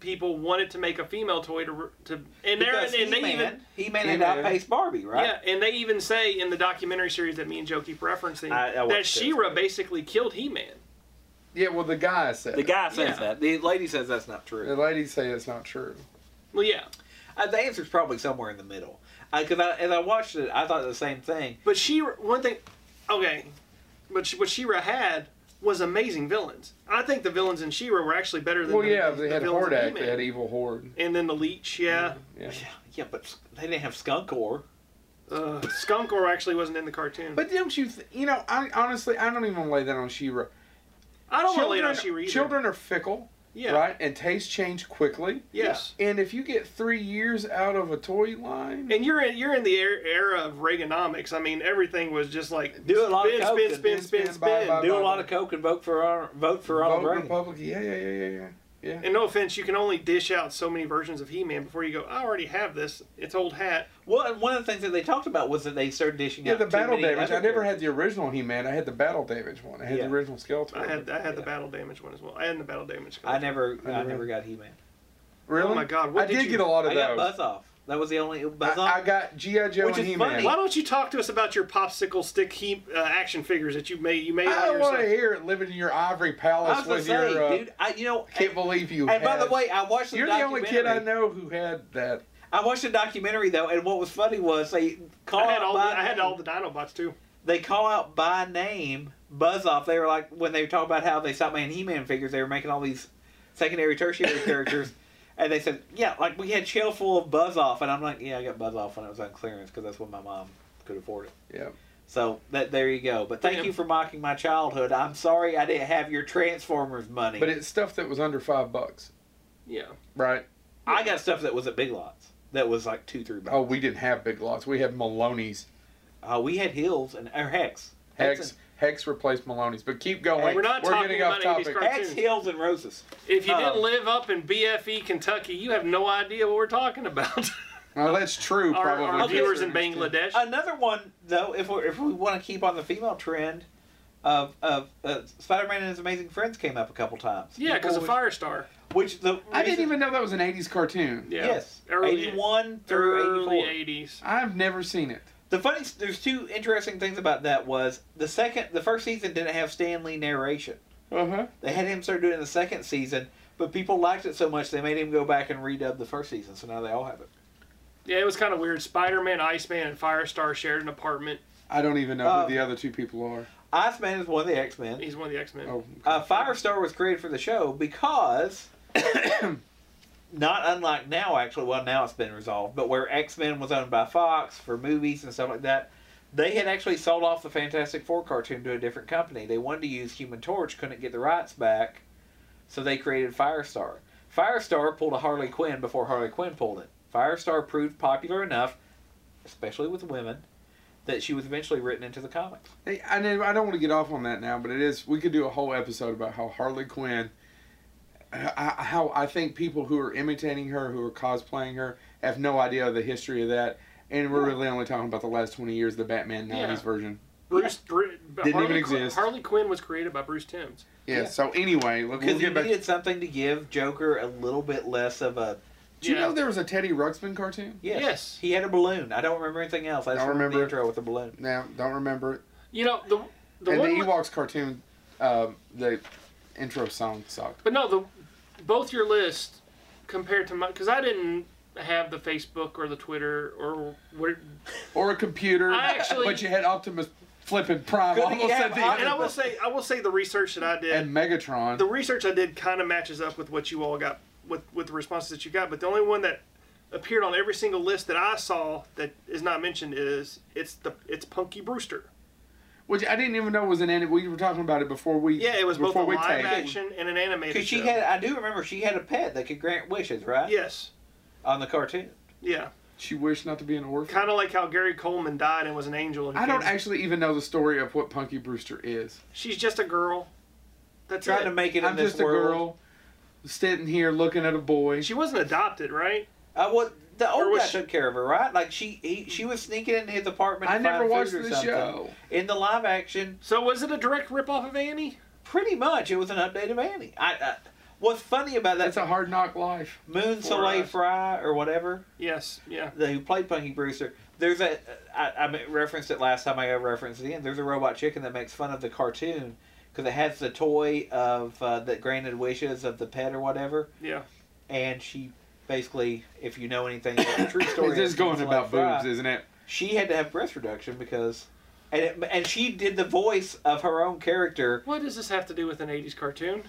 C: people wanted to make a female toy to re- to and they
B: because
C: and, and they even
B: He-Man, He-Man had
A: He-Man.
B: outpaced Barbie, right?
C: yeah and they even say in the documentary series that me and Joe keep referencing
B: I- I
C: that
B: watched it.
C: Shira basically killed He-Man.
A: Yeah. Well, the guy said.
B: The
A: it.
B: guy says
C: Yeah.
B: that. The lady says that's not
A: The
B: true.
A: ladies say it's not true.
C: Well, yeah,
B: Uh, the answer's probably somewhere in the middle. Because I, as I watched it, I thought the same thing.
C: but Shira one thing. Okay, but she, what Shira had was amazing villains. I think the villains in Shira were actually better than
A: Well,
C: the,
A: yeah,
C: the,
A: they had
C: villains
A: Hordak.
C: in
A: They had E-
C: He-Man.
A: Evil Horde.
C: and then the leech, yeah.
A: Yeah.
B: Yeah, yeah, but they didn't have Skunk or
C: Uh, Skunk or actually wasn't in the cartoon.
A: Mm-hmm. But don't you? Th- you know, I honestly, I don't even lay that on She-Ra.
C: I don't want to lay it on
A: Children,
C: She-Ra either.
A: children are fickle,
C: yeah.
A: right? And tastes change quickly.
C: Yes.
A: And if you get three years out of a toy line,
C: And you're in you're in the er- era of Reaganomics. I mean, everything was just like
B: Do a lot of
C: spin,
B: coke
C: spin,
B: and
C: spin,
A: then
C: spin,
A: spin, bye,
C: spin.
A: bye,
B: do a lot of coke and vote for Ron- vote for Ronald
A: vote
B: Reagan.
A: Republican. Yeah, yeah, yeah, yeah, yeah. Yeah.
C: And no offense, you can only dish out so many versions of He-Man before you go. I already have this. It's old hat.
B: Well, and one of the things that they talked about was that they started dishing
A: Yeah,
B: out
A: the
B: too
A: battle
B: many
A: damage.
B: other
A: I never had
B: characters.
A: the original He-Man. I had the battle damage one. I had
B: Yeah.
A: the original Skeletor.
C: I had I had the
B: Yeah.
C: battle damage one as well, and the battle damage.
B: I never,
A: I
B: I
A: never-
B: never got He-Man.
A: Really?
C: Oh my God, what
A: I
C: did
A: did,
C: you-
A: get a lot of
B: I got
A: those.
B: Buzz Off. That was the only Buzz
A: I, I
B: Off.
A: got GI Joe
B: Which
A: and
B: is
A: He-Man.
B: funny.
C: Why don't you talk to us about your popsicle stick he, uh, action figures that you made? You made all
A: I don't want to
C: yourself.
A: hear it living in your ivory
B: I,
A: palace
B: was gonna
A: with
B: say,
A: your. uh,
B: dude, I you know.
A: Can't believe you.
B: and and by
A: had-
B: the way, I watched the
A: you're the only
B: documentary.
A: kid I know who had that.
B: I watched the documentary though, and what was funny was they call
C: I had
B: out
C: all the,
B: by
C: I had
B: name-
C: all the Dinobots too.
B: they call out by name Buzz Off. They were like when they were talking about how they stopped making He-Man figures, they were making all these secondary, tertiary characters. And they said, yeah, like we had shell full of Buzz Off, and I'm like, yeah, I got Buzz Off when it was on clearance because that's when my mom could afford it.
A: Yeah.
B: So that there you go. But thank
C: Yeah.
B: you for mocking my childhood. I'm sorry I didn't have your Transformers money.
A: But it's stuff that was under five bucks,
C: Yeah.
A: right?
B: I got stuff that was at Big Lots. That was like two, three bucks.
A: Oh, we didn't have big lots. We had Maloney's.
B: Uh, we had Hills and or Hex.
A: Oh. Hex Hex replaced Maloney's. But keep going.
C: We're not talking
A: getting
C: about
A: off
C: 80s
A: topic.
B: and, Hex,
C: cartoons.
B: Hills and Roses.
C: If you
B: Um,
C: didn't live up in BFE Kentucky, you have no idea what we're talking about.
A: Well, that's true.
C: our
A: Probably.
C: our
B: Okay.
C: viewers in
A: Understand.
C: Bangladesh.
B: Another one though, if we if we want to keep on the female trend, of of uh, Spider-Man and His Amazing Friends came up a couple times.
C: Yeah, because of
A: People
C: Firestar.
B: Which the
A: I didn't
B: reason-
A: even know that was an '80s cartoon.
C: Yeah.
B: yes,
C: Early-
B: eighty-one through
C: Early
B: eighty-four.
C: 80s.
A: I've never seen it.
B: The funny, there's two interesting things about that was the second, the first season didn't have Stan Lee narration.
A: Uh
C: Uh-huh.
A: huh.
B: They had him start doing it in the second season, but people liked it so much they made him go back and redub the first season. So now they all have it.
C: Yeah, it was kind of weird. Spider Man, Iceman, and Firestar shared an apartment.
A: I don't even know
B: Uh,
A: who the other two people are.
B: Iceman is one of the X Men.
C: He's one of the X Men.
A: Oh,
B: Uh, Firestar was created for the show because, not unlike now, actually, well, now it's been resolved, but where X Men was owned by Fox for movies and stuff like that, they had actually sold off the Fantastic Four cartoon to a different company. They wanted to use Human Torch, couldn't get the rights back, so they created Firestar. Firestar pulled a Harley Quinn before Harley Quinn pulled it. Firestar proved popular enough, especially with women, that she was eventually written into the comics.
A: Hey, I know I don't want to get off on that now, but it is. We could do a whole episode about how Harley Quinn, I- I- how I think people who are imitating her, who are cosplaying her, have no idea of the history of that, and we're really only talking about the last twenty years, of the Batman
C: Yeah.
A: nineties version.
C: Bruce. Bru- but
A: Didn't
C: Harley
A: even
C: Quinn-
A: exist.
C: Harley Quinn was created by Bruce Timms.
A: Yeah.
B: Yeah.
A: So anyway, look,
B: Because
A: we'll get
B: he
A: back.
B: needed something to give Joker a little bit less of a.
A: Do you
C: Yeah.
A: know there was a Teddy Ruxpin cartoon?
B: Yes.
C: Yes.
B: He had a balloon. I don't remember anything else. I just
A: Don't
B: remember the
A: remember.
B: intro with the balloon.
A: No, don't remember. it.
C: You know the the
A: and
C: one.
A: the Ewoks cartoon, um, the intro song sucked.
C: But no, the both your list compared to my because I didn't have the Facebook or the Twitter or where,
A: Or a computer.
C: I actually-
A: but you had Optimus flipping Prime.
B: Couldn't
A: Almost
B: you
A: said
B: have
A: the
B: Op-
C: and I will say I will say the research that I did
A: and Megatron.
C: the research I did kind of matches up with what you all got with with the responses that you got but the only one that appeared on every single list that I saw that is not mentioned is it's the it's Punky Brewster
A: Which I didn't even know was an anime. We were talking about it before we.
C: yeah it was both a
A: before
C: live
A: taped.
C: action and an animated
B: Because she
C: show.
B: had, I do remember she had a pet that could grant wishes, right?
C: yes
B: On the cartoon.
C: yeah
A: She wished not to be an orphan.
C: kind of like how Gary Coleman died and was an angel in
A: I don't
C: Kansas.
A: actually even know the story of what Punky Brewster is.
C: she's just a girl that's
B: Trying
C: it.
B: to make it in
A: I'm
B: this
A: just a
B: world.
A: girl sitting here looking at a boy.
C: She wasn't adopted, right?
B: Uh, well, the
C: Or
B: old
C: was
B: guy
C: she-
B: took care of her, right? Like she, he, she was sneaking into his apartment.
A: I
B: to
A: never
B: find
A: watched
B: food or
A: the
B: something.
A: show.
B: In the live action,
C: So was it a direct ripoff of Annie?
B: pretty much it was an update of Annie. I, I what's funny about that
A: That's a hard knock life.
B: Moon
C: For
B: Soleil
C: us.
B: Fry or whatever.
C: Yes. Yeah.
B: the, who played Punky Brewster. There's a I, I referenced it last time. I got referenced it again. There's a robot chicken that makes fun of the cartoon because it has the toy of uh, that granted wishes of the pet or whatever,
C: Yeah.
B: and she basically, if you know anything about the true story,
A: This is
B: of
A: going
B: Kids
A: about
B: Like Fry,
A: boobs, isn't it?
B: She had to have breast reduction because, and it, and she did the voice of her own character
C: What does this have to do with an '80s cartoon?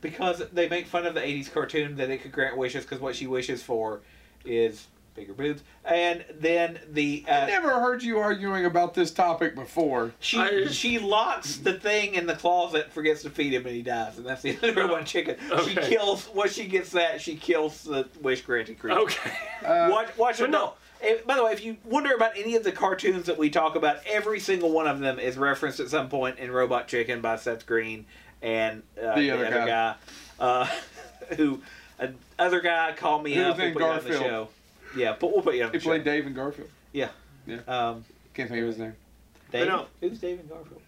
B: because they make fun of the '80s cartoon that it could grant wishes because what she wishes for is bigger boobs, and then the uh,
A: I never heard you arguing about this topic before.
B: She
C: I-
B: she locks the thing in the closet, forgets to feed him, and he dies, and that's the end of one chicken. She
C: Okay.
B: kills. Once she gets that, she kills the wish granted creature.
C: Okay.
A: Uh,
B: Watch, watch
C: But
B: it.
C: no.
B: No. Eh, by the way, if you wonder about any of the cartoons that we talk about, every single one of them is referenced at some point in Robot Chicken by Seth Green and uh, the, other guy, uh, who uh, other guy called me
A: He was
B: up. and
A: in
B: put you on the
A: Garfield.
B: show. Yeah, but we'll put you on
A: He
B: the
A: played
B: show.
A: Dave and Garfield.
B: Um,
A: Can't think of his name.
B: Dave,
C: no.
B: who's Dave and Garfield?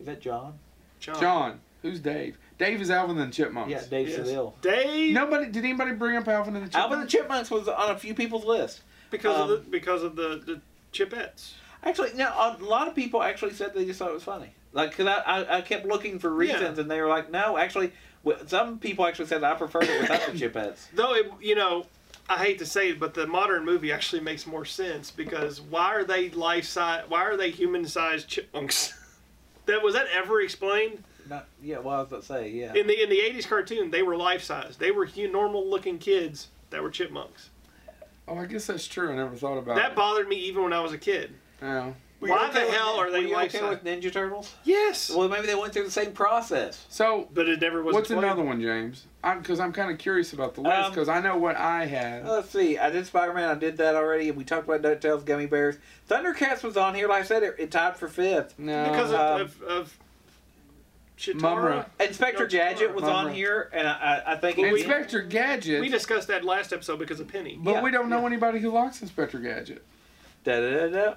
B: Is that John?
C: John.
A: John. Who's Dave? Dave is Alvin and the Chipmunks.
B: Oh. Yeah, Dave
C: Yes.
B: Seville.
C: Dave.
A: Nobody did anybody bring up Alvin and the Chipmunks?
B: Alvin and the Chipmunks was on a few people's list.
C: Because
B: Um,
C: of the because of the, the Chipettes.
B: Actually, no, a lot of people actually said they just thought it was funny. Like, because I, I, I kept looking for reasons, and they were like, no, actually, w- some people actually said I preferred it without the Chipettes.
C: Though it, you know, I hate to say it, but the modern movie actually makes more sense because why are they life size? Why are they human sized chipmunks? that was that ever explained
B: Not, yeah, well, I was about to say, yeah.
C: in the in the '80s cartoon? They were life size. They were normal looking kids that were chipmunks.
A: Oh, I guess that's true. I never thought about
C: That
A: it.
C: bothered me even when I was a kid.
A: No.
B: Were you
C: Why the
B: okay with-
C: hell are
B: were
C: they
B: you
C: life
B: okay
C: size?
B: with Ninja Turtles?
C: Yes.
B: Well, maybe they went through the same process.
A: So
C: But it never was.
A: what's
C: explained.
A: another one, James? I'm because I'm kind of curious about the list
B: Um,
A: because I know what I had.
C: uh,
B: Let's see. I did Spider Man. I did that already, and we talked about DuckTales, Gummy Bears. Thundercats was on here. Like I said, it, it tied for fifth.
A: no.
C: Because of,
B: Um,
C: of, of Chitara.
A: Mumra.
B: Inspector Gadget was on
A: Mumra.
B: here, and I, I, I think it-
A: Inspector Gadget.
C: We discussed that last episode because of Penny.
A: but
B: yeah,
A: we don't know anybody who likes Inspector Gadget.
B: Da, da, da, da.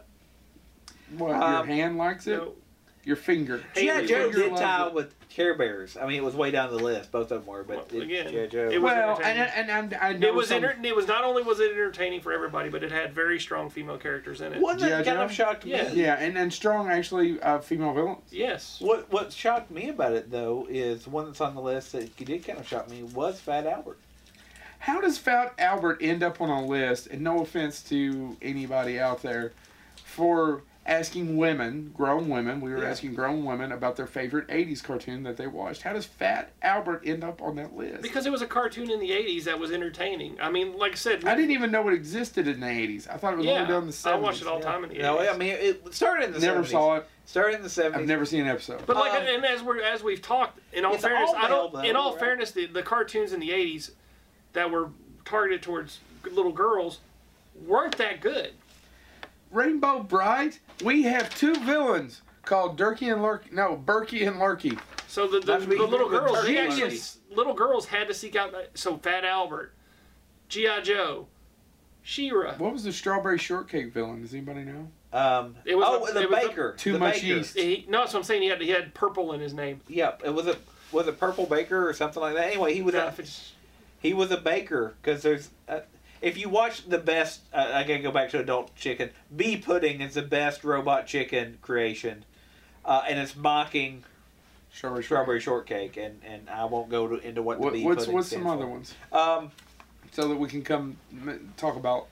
A: What? your
B: Um,
A: hand likes it.
C: No,
A: Your finger.
B: G.I.
C: Hey,
B: Joe
A: Finger
B: did
A: loves
B: tie
A: it.
B: with Care Bears. I mean, it was way down the list. Both of them were, but
C: Well,
B: it-
C: again,
B: G.I. Joe.
C: it was
A: Well, and,
C: entertaining.
A: and, and I know
C: it was
A: some-
C: enter- it was not only was it entertaining for everybody, but it had very strong female characters in it.
B: One that
A: G.I.
B: kind of
A: Joe?
B: shocked me.
C: Yeah.
A: Yeah, and then strong actually uh, female villains.
C: Yes.
B: What what shocked me about it though is one that's on the list that did kind of shock me was Fat Albert.
A: How does Fat Albert end up on a list? And no offense to anybody out there for asking women, grown women, we were
B: Yeah.
A: asking grown women about their favorite 80s cartoon that they watched. How does Fat Albert end up on that list?
C: Because it was a cartoon in the 80s that was entertaining. I mean, like I said,
A: I didn't e-, even know it existed in the 80s. I thought it was
C: yeah,
A: only done in the 70s.
C: I watched it all the time in the 80s.
B: No, I mean it started in the
A: Never
B: 70s.
A: saw it.
B: Started in the 70s.
A: I've never seen an episode.
C: But like,
B: Um,
C: and as we're as we've talked, in all
B: It's
C: fairness,
B: all
C: I don't.
B: male, though,
C: in all
B: right?
C: fairness, the, the cartoons in the '80s that were targeted towards little girls weren't that good.
A: Rainbow Bright, we have two villains called Durky and Lurky. No, Berkey and Lurky.
C: So the, the,
B: That's
C: the
B: what you
C: little
B: remember,
C: girls, they
A: Genius.
C: actually, little girls had to seek out. So Fat Albert, GI Joe, Shira.
A: What was the Strawberry Shortcake villain? Does anybody know?
B: Um,
C: It was
B: oh,
C: a-
B: the
C: it was a-
B: baker.
A: Too
B: the
A: much
B: baker.
A: yeast.
C: He, no, that's what I'm saying. He had he had purple in his name.
B: Yep, it was a was a purple baker or something like that. Anyway, he was a, he was a baker because there's uh, if you watch the best, uh, I gotta go back to Adult Chicken. Bee Pudding is the best robot chicken creation, uh, and it's mocking
A: Strawberry Shortcake.
B: strawberry shortcake. And, and I won't go to, into what, the
A: What,
B: bee
A: what's
B: pudding
A: what's some
B: stands
A: other
B: for.
A: ones
B: Um,
A: so that we can come m- talk about?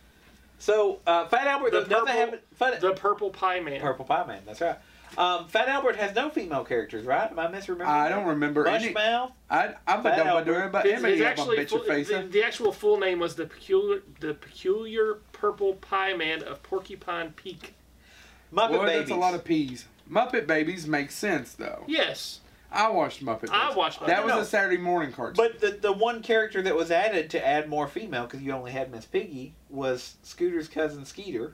B: so uh, Fat Albert
C: The
B: doesn't have
C: purple-
B: Fat,
C: The Purple Pie Man.
B: Purple Pie Man. That's right. Um, Fat Albert has no female characters, right? Am I misremembering?
A: I
B: that?
A: don't remember any.
B: Mushmouth.
A: I I'm
B: Fat
A: a dumb
B: Albert.
A: doing, but
C: His,
A: anybody
C: his
A: have a
C: actually
A: bitch your
C: full-
A: face
C: the,
A: in?
C: the actual full name was the peculiar the peculiar purple pie man of Porcupine Peak.
B: Muppet
A: Well,
B: Babies.
A: that's a lot of peas. Muppet Babies makes sense though.
C: Yes,
A: I watched Muppet.
C: I
A: Babies.
C: watched Muppet
A: That was
B: No.
A: a Saturday morning cartoon.
B: But the, the one character that was added to add more female, because you only had Miss Piggy, was Scooter's cousin Skeeter,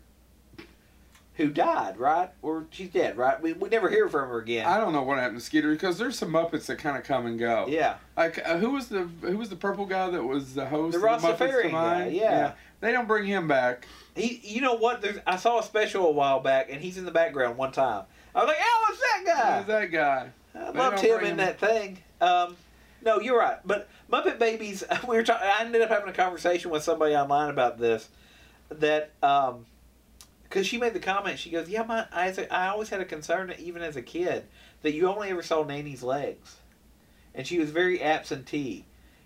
B: who died, right? Or she's dead, right? We, we never hear from her again.
A: I don't know what happened to Skeeter because there's some Muppets that kind of come and go.
B: yeah.
A: Like uh, who was the who was the purple guy that was the host?
B: The
A: of Muppets
B: Rastafarian
A: to Mine?
B: guy, yeah.
A: They don't bring him back.
B: He, you know what? There's, I saw a special a while back, and he's in the background one time. I was like, "Oh, it's that guy!"
A: Who's that guy? Oh,
B: I
A: They
B: loved
A: don't
B: him
A: bring
B: in
A: him-
B: that thing. Um, no, you're right. But Muppet Babies, we were talking. I ended up having a conversation with somebody online about this. That because she made the comment, she goes, "Yeah, my I, I always had a concern that even as a kid that you only ever saw Nanny's legs, and she was very absentee."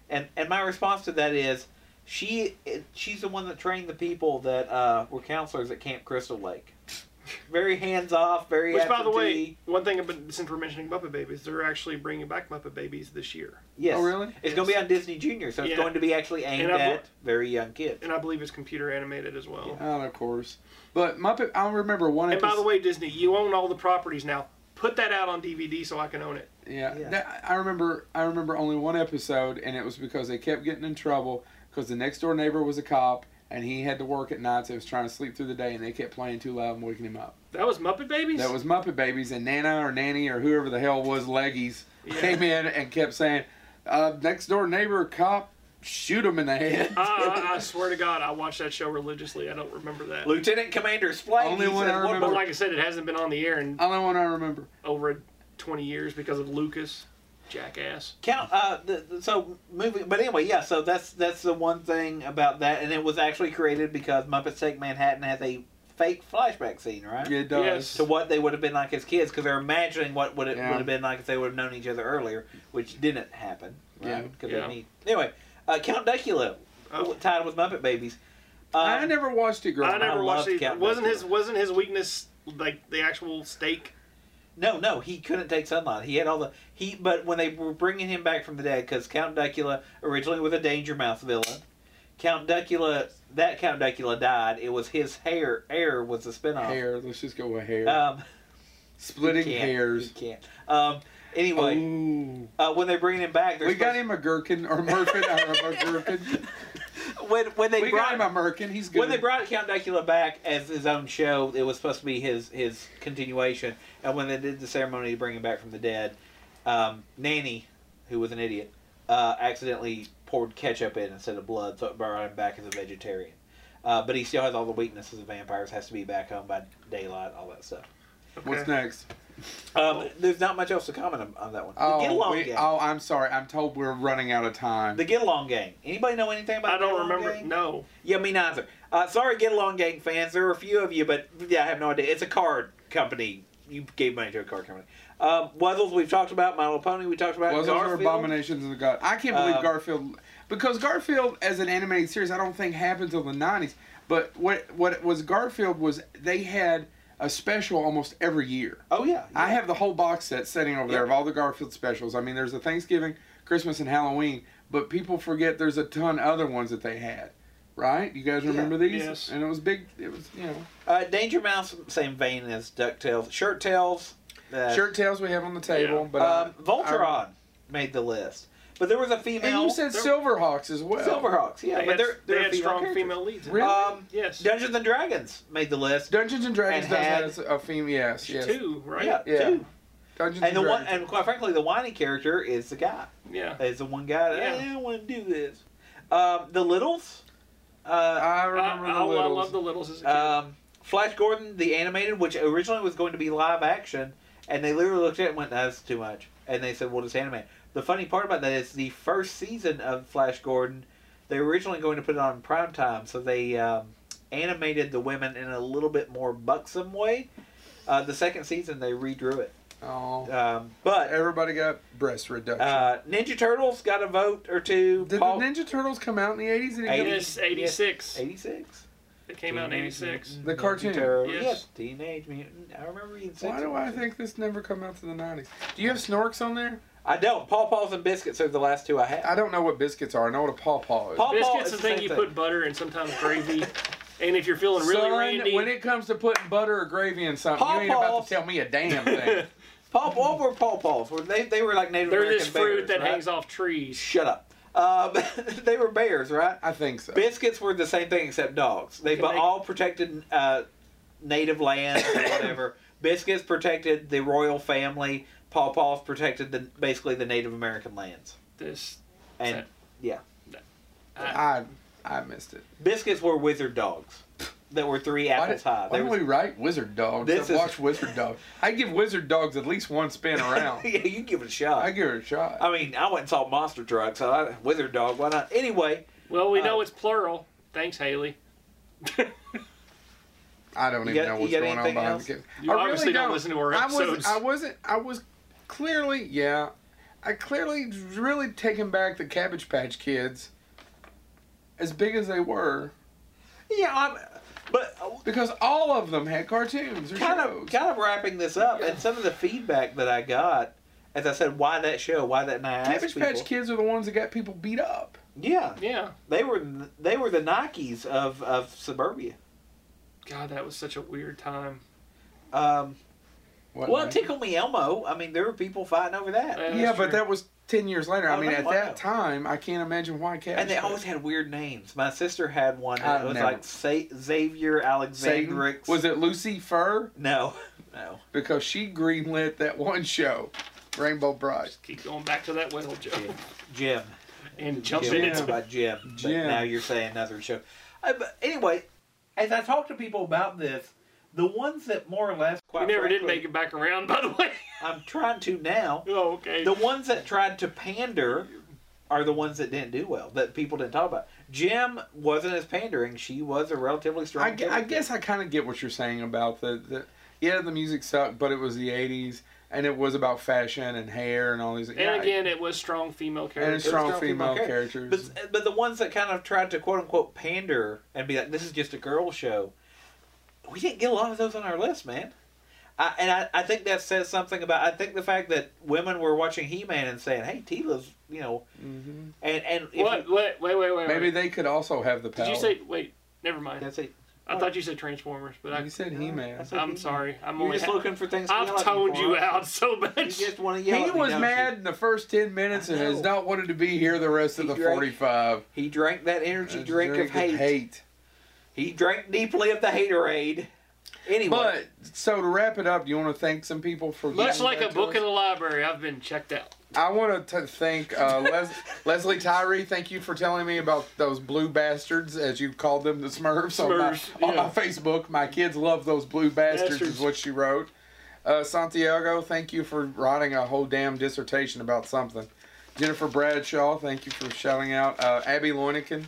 B: And and my response to that is, she she's the one that trained the people that uh, were counselors at Camp Crystal Lake. Very hands off. Very
C: which by
B: absentee.
C: the way, one thing about since we're mentioning Muppet Babies, they're actually bringing back Muppet Babies this year,
B: Yes.
A: Oh, really?
B: It's going to be on Disney Junior, so it's
C: Yeah.
B: going to be actually aimed
C: And I
B: at
C: bel-
B: very young kids.
C: and I believe it's computer animated as well.
A: Oh, of course. But Muppet, I remember one.
C: And by
A: episode-
C: the way, Disney, you own all the properties now. Put that out on DVD so I can own it.
A: Yeah,
B: Yeah.
A: That, I remember. I remember only one episode, and it was because they kept getting in trouble because the next door neighbor was a cop, and he had to work at night, so he was trying to sleep through the day, and they kept playing too loud and waking him up.
C: That was Muppet Babies.
A: That was Muppet Babies, and Nana or Nanny or whoever the hell was Leggies
C: Yeah.
A: came in and kept saying, uh, "Next door neighbor cop, shoot him in the head."
C: I, I, I swear to God, I watched that show religiously. I don't remember that.
B: Lieutenant Commander Splanky.
A: Only one
B: said,
A: I
B: "What
A: remember-
C: But
B: more-
C: like I said, it hasn't been on the air in
A: Only one I remember.
C: over 20 years because of Lucas, jackass.
B: Count. Uh, the, the- so moving, but anyway, yeah. So that's that's the one thing about that, and it was actually created because Muppets Take Manhattan has a fake flashback scene, right?
A: It does.
C: Yes.
B: To what they would have been like as kids, because they're imagining what would it
A: Yeah.
B: would have been like if they would have known each other earlier, which didn't happen. Right?
A: Yeah.
B: 'Cause
C: Yeah.
B: They need... Anyway, uh, Count Duckula,
C: Oh.
B: tied with Muppet Babies. Um,
A: I never watched it growing
C: I
A: up.
C: never
B: I
C: watched
B: loved
C: it.
B: Count
C: Wasn't
B: Basie.
C: his wasn't his weakness like the actual steak?
B: No, no, he couldn't take sunlight. He had all the he, but when they were bringing him back from the dead, because Count Duckula originally was a Danger Mouse villain. Count Duckula, that Count Duckula died. It was his hair. Hair was the spinoff.
A: Hair. Let's just go with hair.
B: Um,
A: Splitting
B: can't,
A: hairs.
B: You can't. Um, anyway,
A: Ooh.
B: uh, when they bring him back, they're
A: We got
B: supposed-
A: him a gherkin or Murphin or a gherkin.
B: when when they
A: We
B: brought
A: got him a merkin. He's good.
B: When they brought Count Dracula back as his own show, it was supposed to be his his continuation. And when they did the ceremony to bring him back from the dead, um, Nanny, who was an idiot, uh, accidentally poured ketchup in instead of blood, so it brought him back as a vegetarian. Uh, but he still has all the weaknesses of vampires. Has to be back home by daylight, all that stuff.
A: What's next?
B: Um, there's not much else to comment on, on that one. the get
A: Oh,
B: along
A: we,
B: game.
A: oh, I'm sorry. I'm told we're running out of time.
B: the get along gang. Anybody know anything about?
C: I
B: Get
C: don't
B: Along
C: remember.
B: Gang?
C: No.
B: Yeah, me neither. Uh, sorry, Get Along Gang fans. There were a few of you, but yeah, I have no idea. It's a card company. You gave money to a card company. Um, Wuzzles, we've talked about. My Little Pony, we talked about.
A: Well, those are
B: Garfield.
A: abominations of the god. I can't believe
B: Um,
A: Garfield because Garfield as an animated series, I don't think happened until the nineties. But what what was Garfield was they had a special almost every year.
B: Oh, yeah.
A: I have the whole box set sitting over there of all the Garfield specials. I mean, there's a Thanksgiving, Christmas, and Halloween, but people forget there's a ton of other ones that they had. Right? You guys remember these?
C: Yes.
A: And it was big. It was you know.
B: Uh, Danger Mouse, same vein as DuckTales. Shirt Tails. Uh,
A: Shirt tails we have on the table,
C: Yeah.
A: but uh,
B: Um, Voltron made the list. But there was a female.
A: and you said
C: there-
A: Silverhawks as well.
B: Silverhawks, yeah.
C: they
B: but
C: had,
B: they're,
C: they
B: they're
C: had
B: female
C: strong
B: characters.
C: female leads. in
A: Really?
C: it.
B: Um,
C: yes,
B: Dungeons and Dragons made the list.
A: Dungeons and Dragons
B: And
A: does
B: had-
A: have a female. Yes, yes.
C: two, right?
B: Yeah,
A: Yeah.
B: two.
A: Dungeons
B: And the
A: Dragons.
B: one, and quite frankly, the whiny character is the guy.
C: Yeah.
B: Is the one guy that
C: Yeah.
B: I don't want to do this. Um, the Littles, uh,
A: I
C: I,
A: remember
C: I,
A: the
C: I
A: Littles.
C: love the littles as a kid.
B: um, Flash Gordon, the animated, which originally was going to be live action, and they literally looked at it and went, "That's too much," and they said, "We'll just animate." The funny part about that is the first season of Flash Gordon, they were originally going to put it on prime time, so they um, animated the women in a little bit more buxom way. Uh, the second season, they redrew it,
A: oh,
B: um, but
A: everybody got breast reduction.
B: Uh, Ninja Turtles got a vote or two.
A: Did
B: Paul-
A: the Ninja Turtles come out in the eighties?
C: It
B: Eighty-
C: is 86.
B: 86.
C: It came out in 86.
A: The cartoon.
B: Turtles.
C: Yes.
B: Yes. Teenage Mutant. I remember reading six.
A: Why do
B: of
A: I
B: them.
A: think this never come out to the nineties? Do you have Snorks on there?
B: I don't. Paw Paws and Biscuits are the last two I had.
A: I don't know what biscuits are. I know what a paw paw is.
B: Paw Paw
C: Biscuits
B: is
C: the
B: the
C: thing
B: same
C: you
B: thing.
C: put butter and sometimes gravy. and if you're feeling really
A: Son,
C: randy,
A: when it comes to putting butter or gravy in something,
B: Paw
A: you ain't about
B: Paws.
A: to tell me a damn thing.
B: Paw Paw were Paw Paws. Were they, they were like Native
C: they're
B: American
C: this fruit
B: bears,
C: that
B: right?
C: hangs off trees.
B: Shut up. Um, they were bears, right?
A: I think so.
B: Biscuits were the same thing except dogs. They
C: Can
B: bu-
C: they-
B: all protected uh, native land or whatever. Biscuits protected the royal family. Paw Paws protected the, basically the Native American lands.
C: This,
B: And
C: That-
B: yeah,
A: I I missed it.
B: biscuits were wizard dogs that were three
A: Why,
B: apples
A: did,
B: high.
A: why
B: There
A: don't we write Wizard Dogs?
B: This
A: I've
B: is-
A: watched Wizard Dogs. I give Wizard Dogs at least one spin
B: was-
A: around.
B: yeah, you give it a
A: I
B: shot.
A: give it a shot.
B: I mean, I went and saw Monster Truck, so I, wizard dog. Why not? Anyway,
C: well, we know
B: Uh,
C: it's plural. Thanks, Haley.
A: I don't
B: You
A: even
B: got-
A: know
B: you
A: what's
B: got
A: going on
B: anything
A: behind
B: else?
A: the camera.
C: You
A: I
C: obviously
A: really
C: don't listen to our
A: I wasn't.
C: episodes.
A: I wasn't. I was clearly, yeah. I clearly really taking back the Cabbage Patch Kids, as big as they were,
B: yeah, I'm, but uh,
A: because all of them had cartoons or
B: kind
A: shows.
B: of kind of wrapping this up, and some of the feedback that I got, as I said, why that show, why that night?
A: Cabbage Patch Kids are the ones that got people beat up.
B: Yeah,
C: Yeah.
B: they were they were the Nikes of of suburbia.
C: God, that was such a weird time.
B: Um,
A: What
B: well,
A: man?
B: Tickle Me Elmo. I mean, there were people fighting over that.
C: Uh,
A: yeah,
C: that's
A: but
C: true.
A: that was ten years later. I
B: Oh,
A: mean,
B: no,
A: at
B: I know.
A: that time, I can't imagine why Cabbage.
B: And they
A: Patch-
B: always had weird names. My sister had one.
A: I've
B: It was
A: never-
B: like Sa- Xavier
A: Satan.
B: Alexandrix.
A: Was it Lucy Fur?
B: No, no.
A: Because she greenlit that one show, Rainbow Bright.
C: Just keep going back to that whale joke
B: Jim. Jim.
C: and jump
B: Jim.
C: in
B: It's
C: it.
B: about Jim. But
A: Jim.
B: now you're saying another show. Uh, but anyway, as I talk to people about this, the ones that more or less
C: We
B: quite
C: never did
B: frankly,
C: make it back around, by the way.
B: I'm trying to now.
C: oh, okay.
B: The ones that tried to pander are the ones that didn't do well. That people didn't talk about. Jim wasn't as pandering. She was a relatively strong.
A: I, gu- I
B: character.
A: guess I kind of get what you're saying about the, the yeah the music sucked, but it was the '80s and it was about fashion and hair and all these.
C: and again, it was strong female
A: and
C: characters.
A: strong
B: strong female
A: female,
B: character.
A: characters.
B: But but the ones that kind of tried to quote unquote pander and be like, this is just a girl show. We didn't get a lot of those on our list, man. I, and I, I think that says something about I think the fact that women were watching He Man and saying, "Hey, Tila's," you know,
A: Mhm.
B: and and if
C: What? Wait, wait, wait, wait.
A: Maybe
C: wait.
A: they could also have the power.
C: Did you say? Wait, never
B: You,
C: mind.
B: that's it.
C: I thought you said Transformers, but I,
A: You said He-Man.
B: That's okay.
C: I'm sorry. I'm
B: You're
C: only.
B: just looking for things. to yell
C: I've
B: at
C: toned
B: for,
C: you
B: huh?
C: out so
B: You
C: much.
B: just want to yell.
A: He
B: at me,
A: was
B: don't you?
A: mad in the first ten minutes and
B: I
A: has
B: know.
A: not wanted to be here the rest of
B: He
A: the
B: drank
A: forty-five.
B: He drank that energy
A: Just
B: drink, of hate.
A: hate.
B: He drank deeply of the haterade. Anyway,
A: But so to wrap it up, do you want to thank some people for
C: Much
A: getting
C: like
A: back
C: a
A: to
C: book
A: us?
C: in the library, I've been checked out.
A: I want to thank uh, Les- Leslie Tyree. Thank you for telling me about those blue bastards, as you called them, the Smurfs, on, my,
C: Smurfs,
A: on my
C: yeah.
A: Facebook. My kids love those blue bastards,
C: Bastards.
A: is what she wrote. Uh, Santiago, thank you for writing a whole damn dissertation about something. Jennifer Bradshaw, thank you for shouting out. Uh, Abby Loinikin.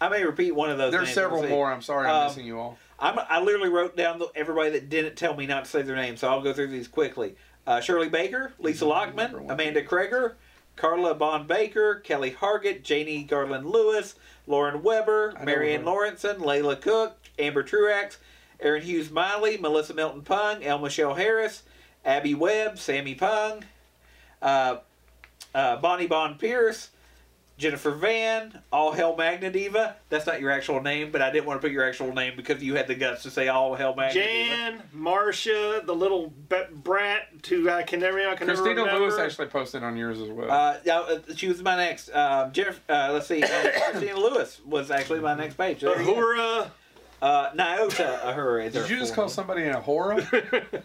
B: I may repeat one of those.
A: There's
B: names.
A: several
B: Let's see.
A: more. I'm sorry I'm
B: Um,
A: missing you all.
B: I'm, I literally wrote down the, everybody that didn't tell me not to say their name, so I'll go through these quickly. uh, Shirley Baker, Lisa
A: Mm-hmm.
B: Lockman, Amanda Kreger, Carla Bond Baker, Kelly Hargett, Janie Garland Lewis, Lauren Weber,
A: know
B: Marianne
A: her.
B: Lawrenson, Layla Cook, Amber Truax, Aaron Hughes Miley, Melissa Milton Pung, El Michelle Harris, Abby Webb, Sammy Pung, uh, uh, Bonnie Bond Pierce, Jennifer Van, All Hell Magna Diva. That's not your actual name, but I didn't want to put your actual name because you had the guts to say All Hell Magna Diva.
C: Jan, Marcia, the little b- brat to I can never I can never
A: Christina
C: remember.
A: Lewis actually posted on yours as well.
B: Uh, yeah, uh, she was my next. Um, Jennifer, uh, let's see, uh, Christina Lewis was actually my next page. There you go.
C: Ahura.
B: Uh, Nyota Ahura is
A: Did
B: her
A: you just
B: full
A: call somebody an horror?
B: name.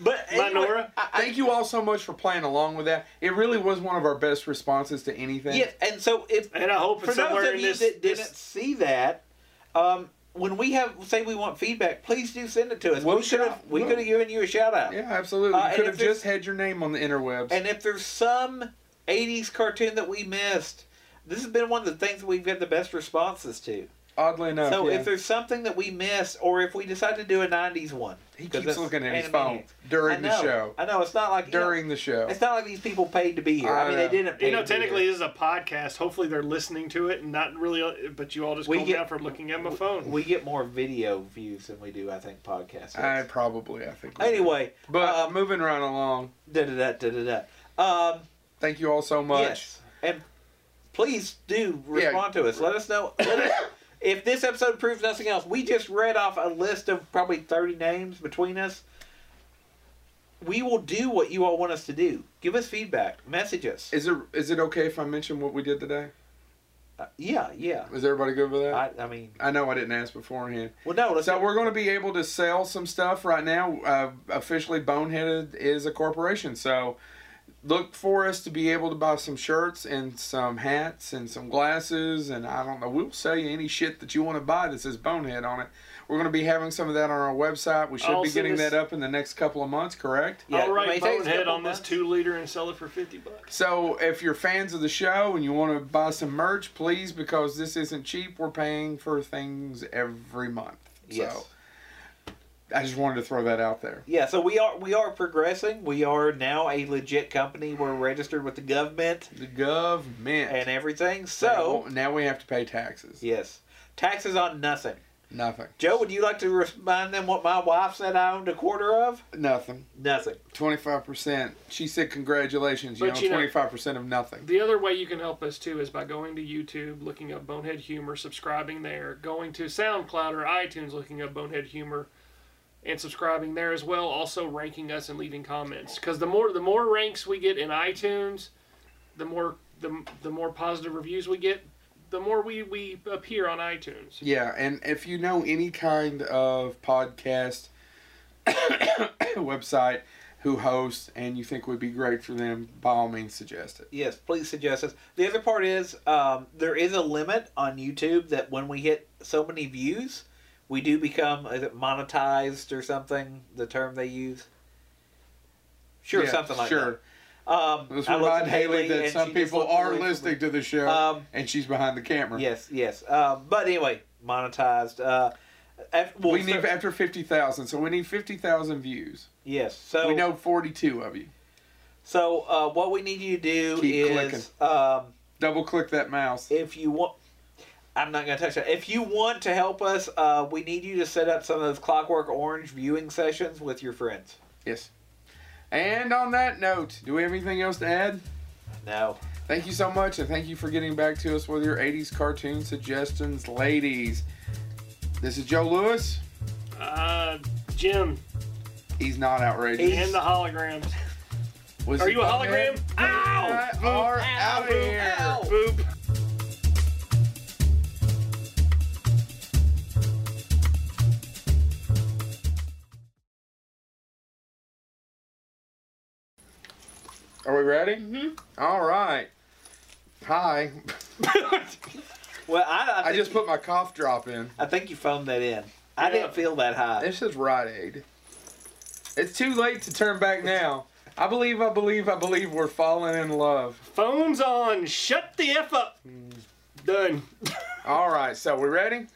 B: But anyway, uh,
C: Minora?
B: I- I-
A: Thank you all so much for playing along with that. It really was one of our best responses to anything.
B: yes, and so if
C: And I hope
B: for
C: it's
B: those
C: somewhere
B: of
C: in
B: you
C: this.
B: that
C: this-
B: didn't see that, um, when we have say we want feedback, please do send it to us.
A: We'll
B: we could have
A: shout-
B: we
A: we'll-
B: could have given you a shout out.
A: Yeah, absolutely.
B: Uh,
A: you
B: and
A: could
B: if
A: have
B: there's-
A: just had your name on the interwebs.
B: And if there's some 80s cartoon that we missed, this has been one of the things that we've got the best responses to.
A: Oddly enough,
B: so
A: yeah.
B: if there's something that we missed, or if we decide to do a 90s one,
A: he
B: 'cause
A: keeps
B: that's
A: looking at his
B: Animaniacs.
A: phone
B: I
A: during the
B: know,
A: show.
B: I know it's not like you know,
A: During the show. Uh,
B: it's not like these people paid to be here. I,
A: I
B: mean,
A: know.
B: they didn't. Pay
C: you know,
B: to be
C: technically,
B: here.
C: this is a podcast. Hopefully, they're listening to it and not really. But you all just
B: We
C: called
B: get-
C: me out for looking at my phone.
B: we get more video views than we do, I think, podcasts.
A: I probably, I think. we did.
B: anyway,
A: But
B: um,
A: moving right along,
B: da da da da da. Um,
A: thank you all so much.
B: Yes. And please do respond to us. Let us know. Let us, if this episode proves nothing else, we just read off a list of probably 30 names between us. We will do what you all want us to do. Give us feedback. Message us.
A: Is it is it okay if I mention what we did today?
B: Uh, yeah, yeah.
A: Is everybody good with that?
B: I, I mean,
A: I know I didn't ask beforehand.
B: well, no. Let's
A: So we're going to be able to sell some stuff right now. Uh, officially, Boneheaded is a corporation, so look for us to be able to buy some shirts and some hats and some glasses, and I don't know. We'll sell you any shit that you want to buy that says Bonehead on it. We're going to be having some of that on our website. We should
C: I'll
A: be
C: send
A: getting
C: this-
A: that up in the next couple of months, correct?
B: Yeah,
C: I'll
B: it may
C: write
B: take us a
C: Bonehead
B: couple
C: on this
B: months.
C: two liter and sell it for fifty bucks.
A: So if you're fans of the show and you want to buy some merch, please, because this isn't cheap. We're paying for things every month.
B: Yes.
A: So I just wanted to throw that out there.
B: Yeah, so we are we are progressing. We are now a legit company. We're registered with the government
A: The government.
B: and everything.
A: Now-
B: So
A: now, we have to pay taxes.
B: yes, taxes on nothing.
A: Nothing.
B: Joe, would you like to remind them what my wife said I owned a quarter of?
A: Nothing.
B: Nothing.
A: Twenty five percent. She said, "Congratulations, you
C: But
A: know,
C: you know-
A: twenty five percent of nothing."
C: The other way you can help us too is by going to YouTube, looking up Bonehead Humor, subscribing there, going to SoundCloud or iTunes, looking up Bonehead Humor, and subscribing there as well. Also ranking us and leaving comments because the more the more ranks we get in iTunes, the more the, the more positive reviews we get, the more we we appear on iTunes.
A: Yeah, and if you know any kind of podcast website who hosts and you think would be great for them, by all means, suggest it.
B: Yes, please suggest us. The other part is um, there is a limit on YouTube that when we hit so many views, we do become is it monetized or something? The term they use. Sure,
A: Yeah,
B: something like
A: sure.
B: that. Um,
A: Let's
B: I looked
A: remind
B: at
A: Haley
B: and
A: that some
B: she just
A: people
B: looked
A: are
B: away from
A: listening
B: me.
A: to the show,
B: Um,
A: and she's behind the camera.
B: Yes, yes. Um, but anyway, monetized. Uh, af- well,
A: we need
B: so-
A: after fifty thousand, so we need fifty thousand views.
B: yes. So
A: we know forty two of you.
B: So uh, what we need you to do
A: Keep
B: is, um,
A: Double click that mouse.
B: if you want, I'm not going to touch that. If you want to help us, uh, we need you to set up some of those Clockwork Orange viewing sessions with your friends.
A: Yes. And on that note, do we have anything else to add?
B: No,
A: Thank you so much, and thank you for getting back to us with your 80s cartoon suggestions, ladies. This is Joe Lewis.
C: Uh, Jim
A: He's not outrageous.
C: and the holograms.
A: Was
C: Are
A: it
C: you a
A: Bonehead?
C: hologram? Ow!
A: We are out
B: Ow!
A: here.
B: Ow!
C: Boop.
A: Are we ready? Mm-hmm. All right. Hi.
B: well, I, I,
A: I
B: think-
A: just put my cough drop in.
B: I think you phoned that in. I
C: Yeah.
B: didn't feel that high.
A: This is Rite Aid. It's too late to turn back now. I believe, I believe, I believe we're falling in love.
C: Phones
A: Mm.
C: on. Shut the f up. Done.
A: All right, so we ready?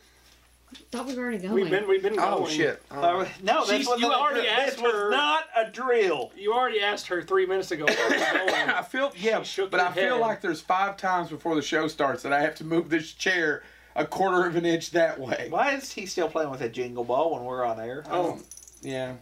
D: thought we were already going.
C: We've been we've been
A: Oh,
C: going.
A: shit. Oh.
B: Uh, no, that's
C: She's-
B: what
C: you
B: the-
C: already
B: this
C: asked
B: was
C: her.
B: not a drill.
C: You already asked her three minutes ago. where we're going.
A: I feel yeah,
C: shook
A: but
C: her
A: I feel
C: head.
A: like there's five times before the show starts that I have to move this chair a quarter of an inch that way.
B: Why is he still playing with a jingle ball when we're on air?
A: Oh, yeah.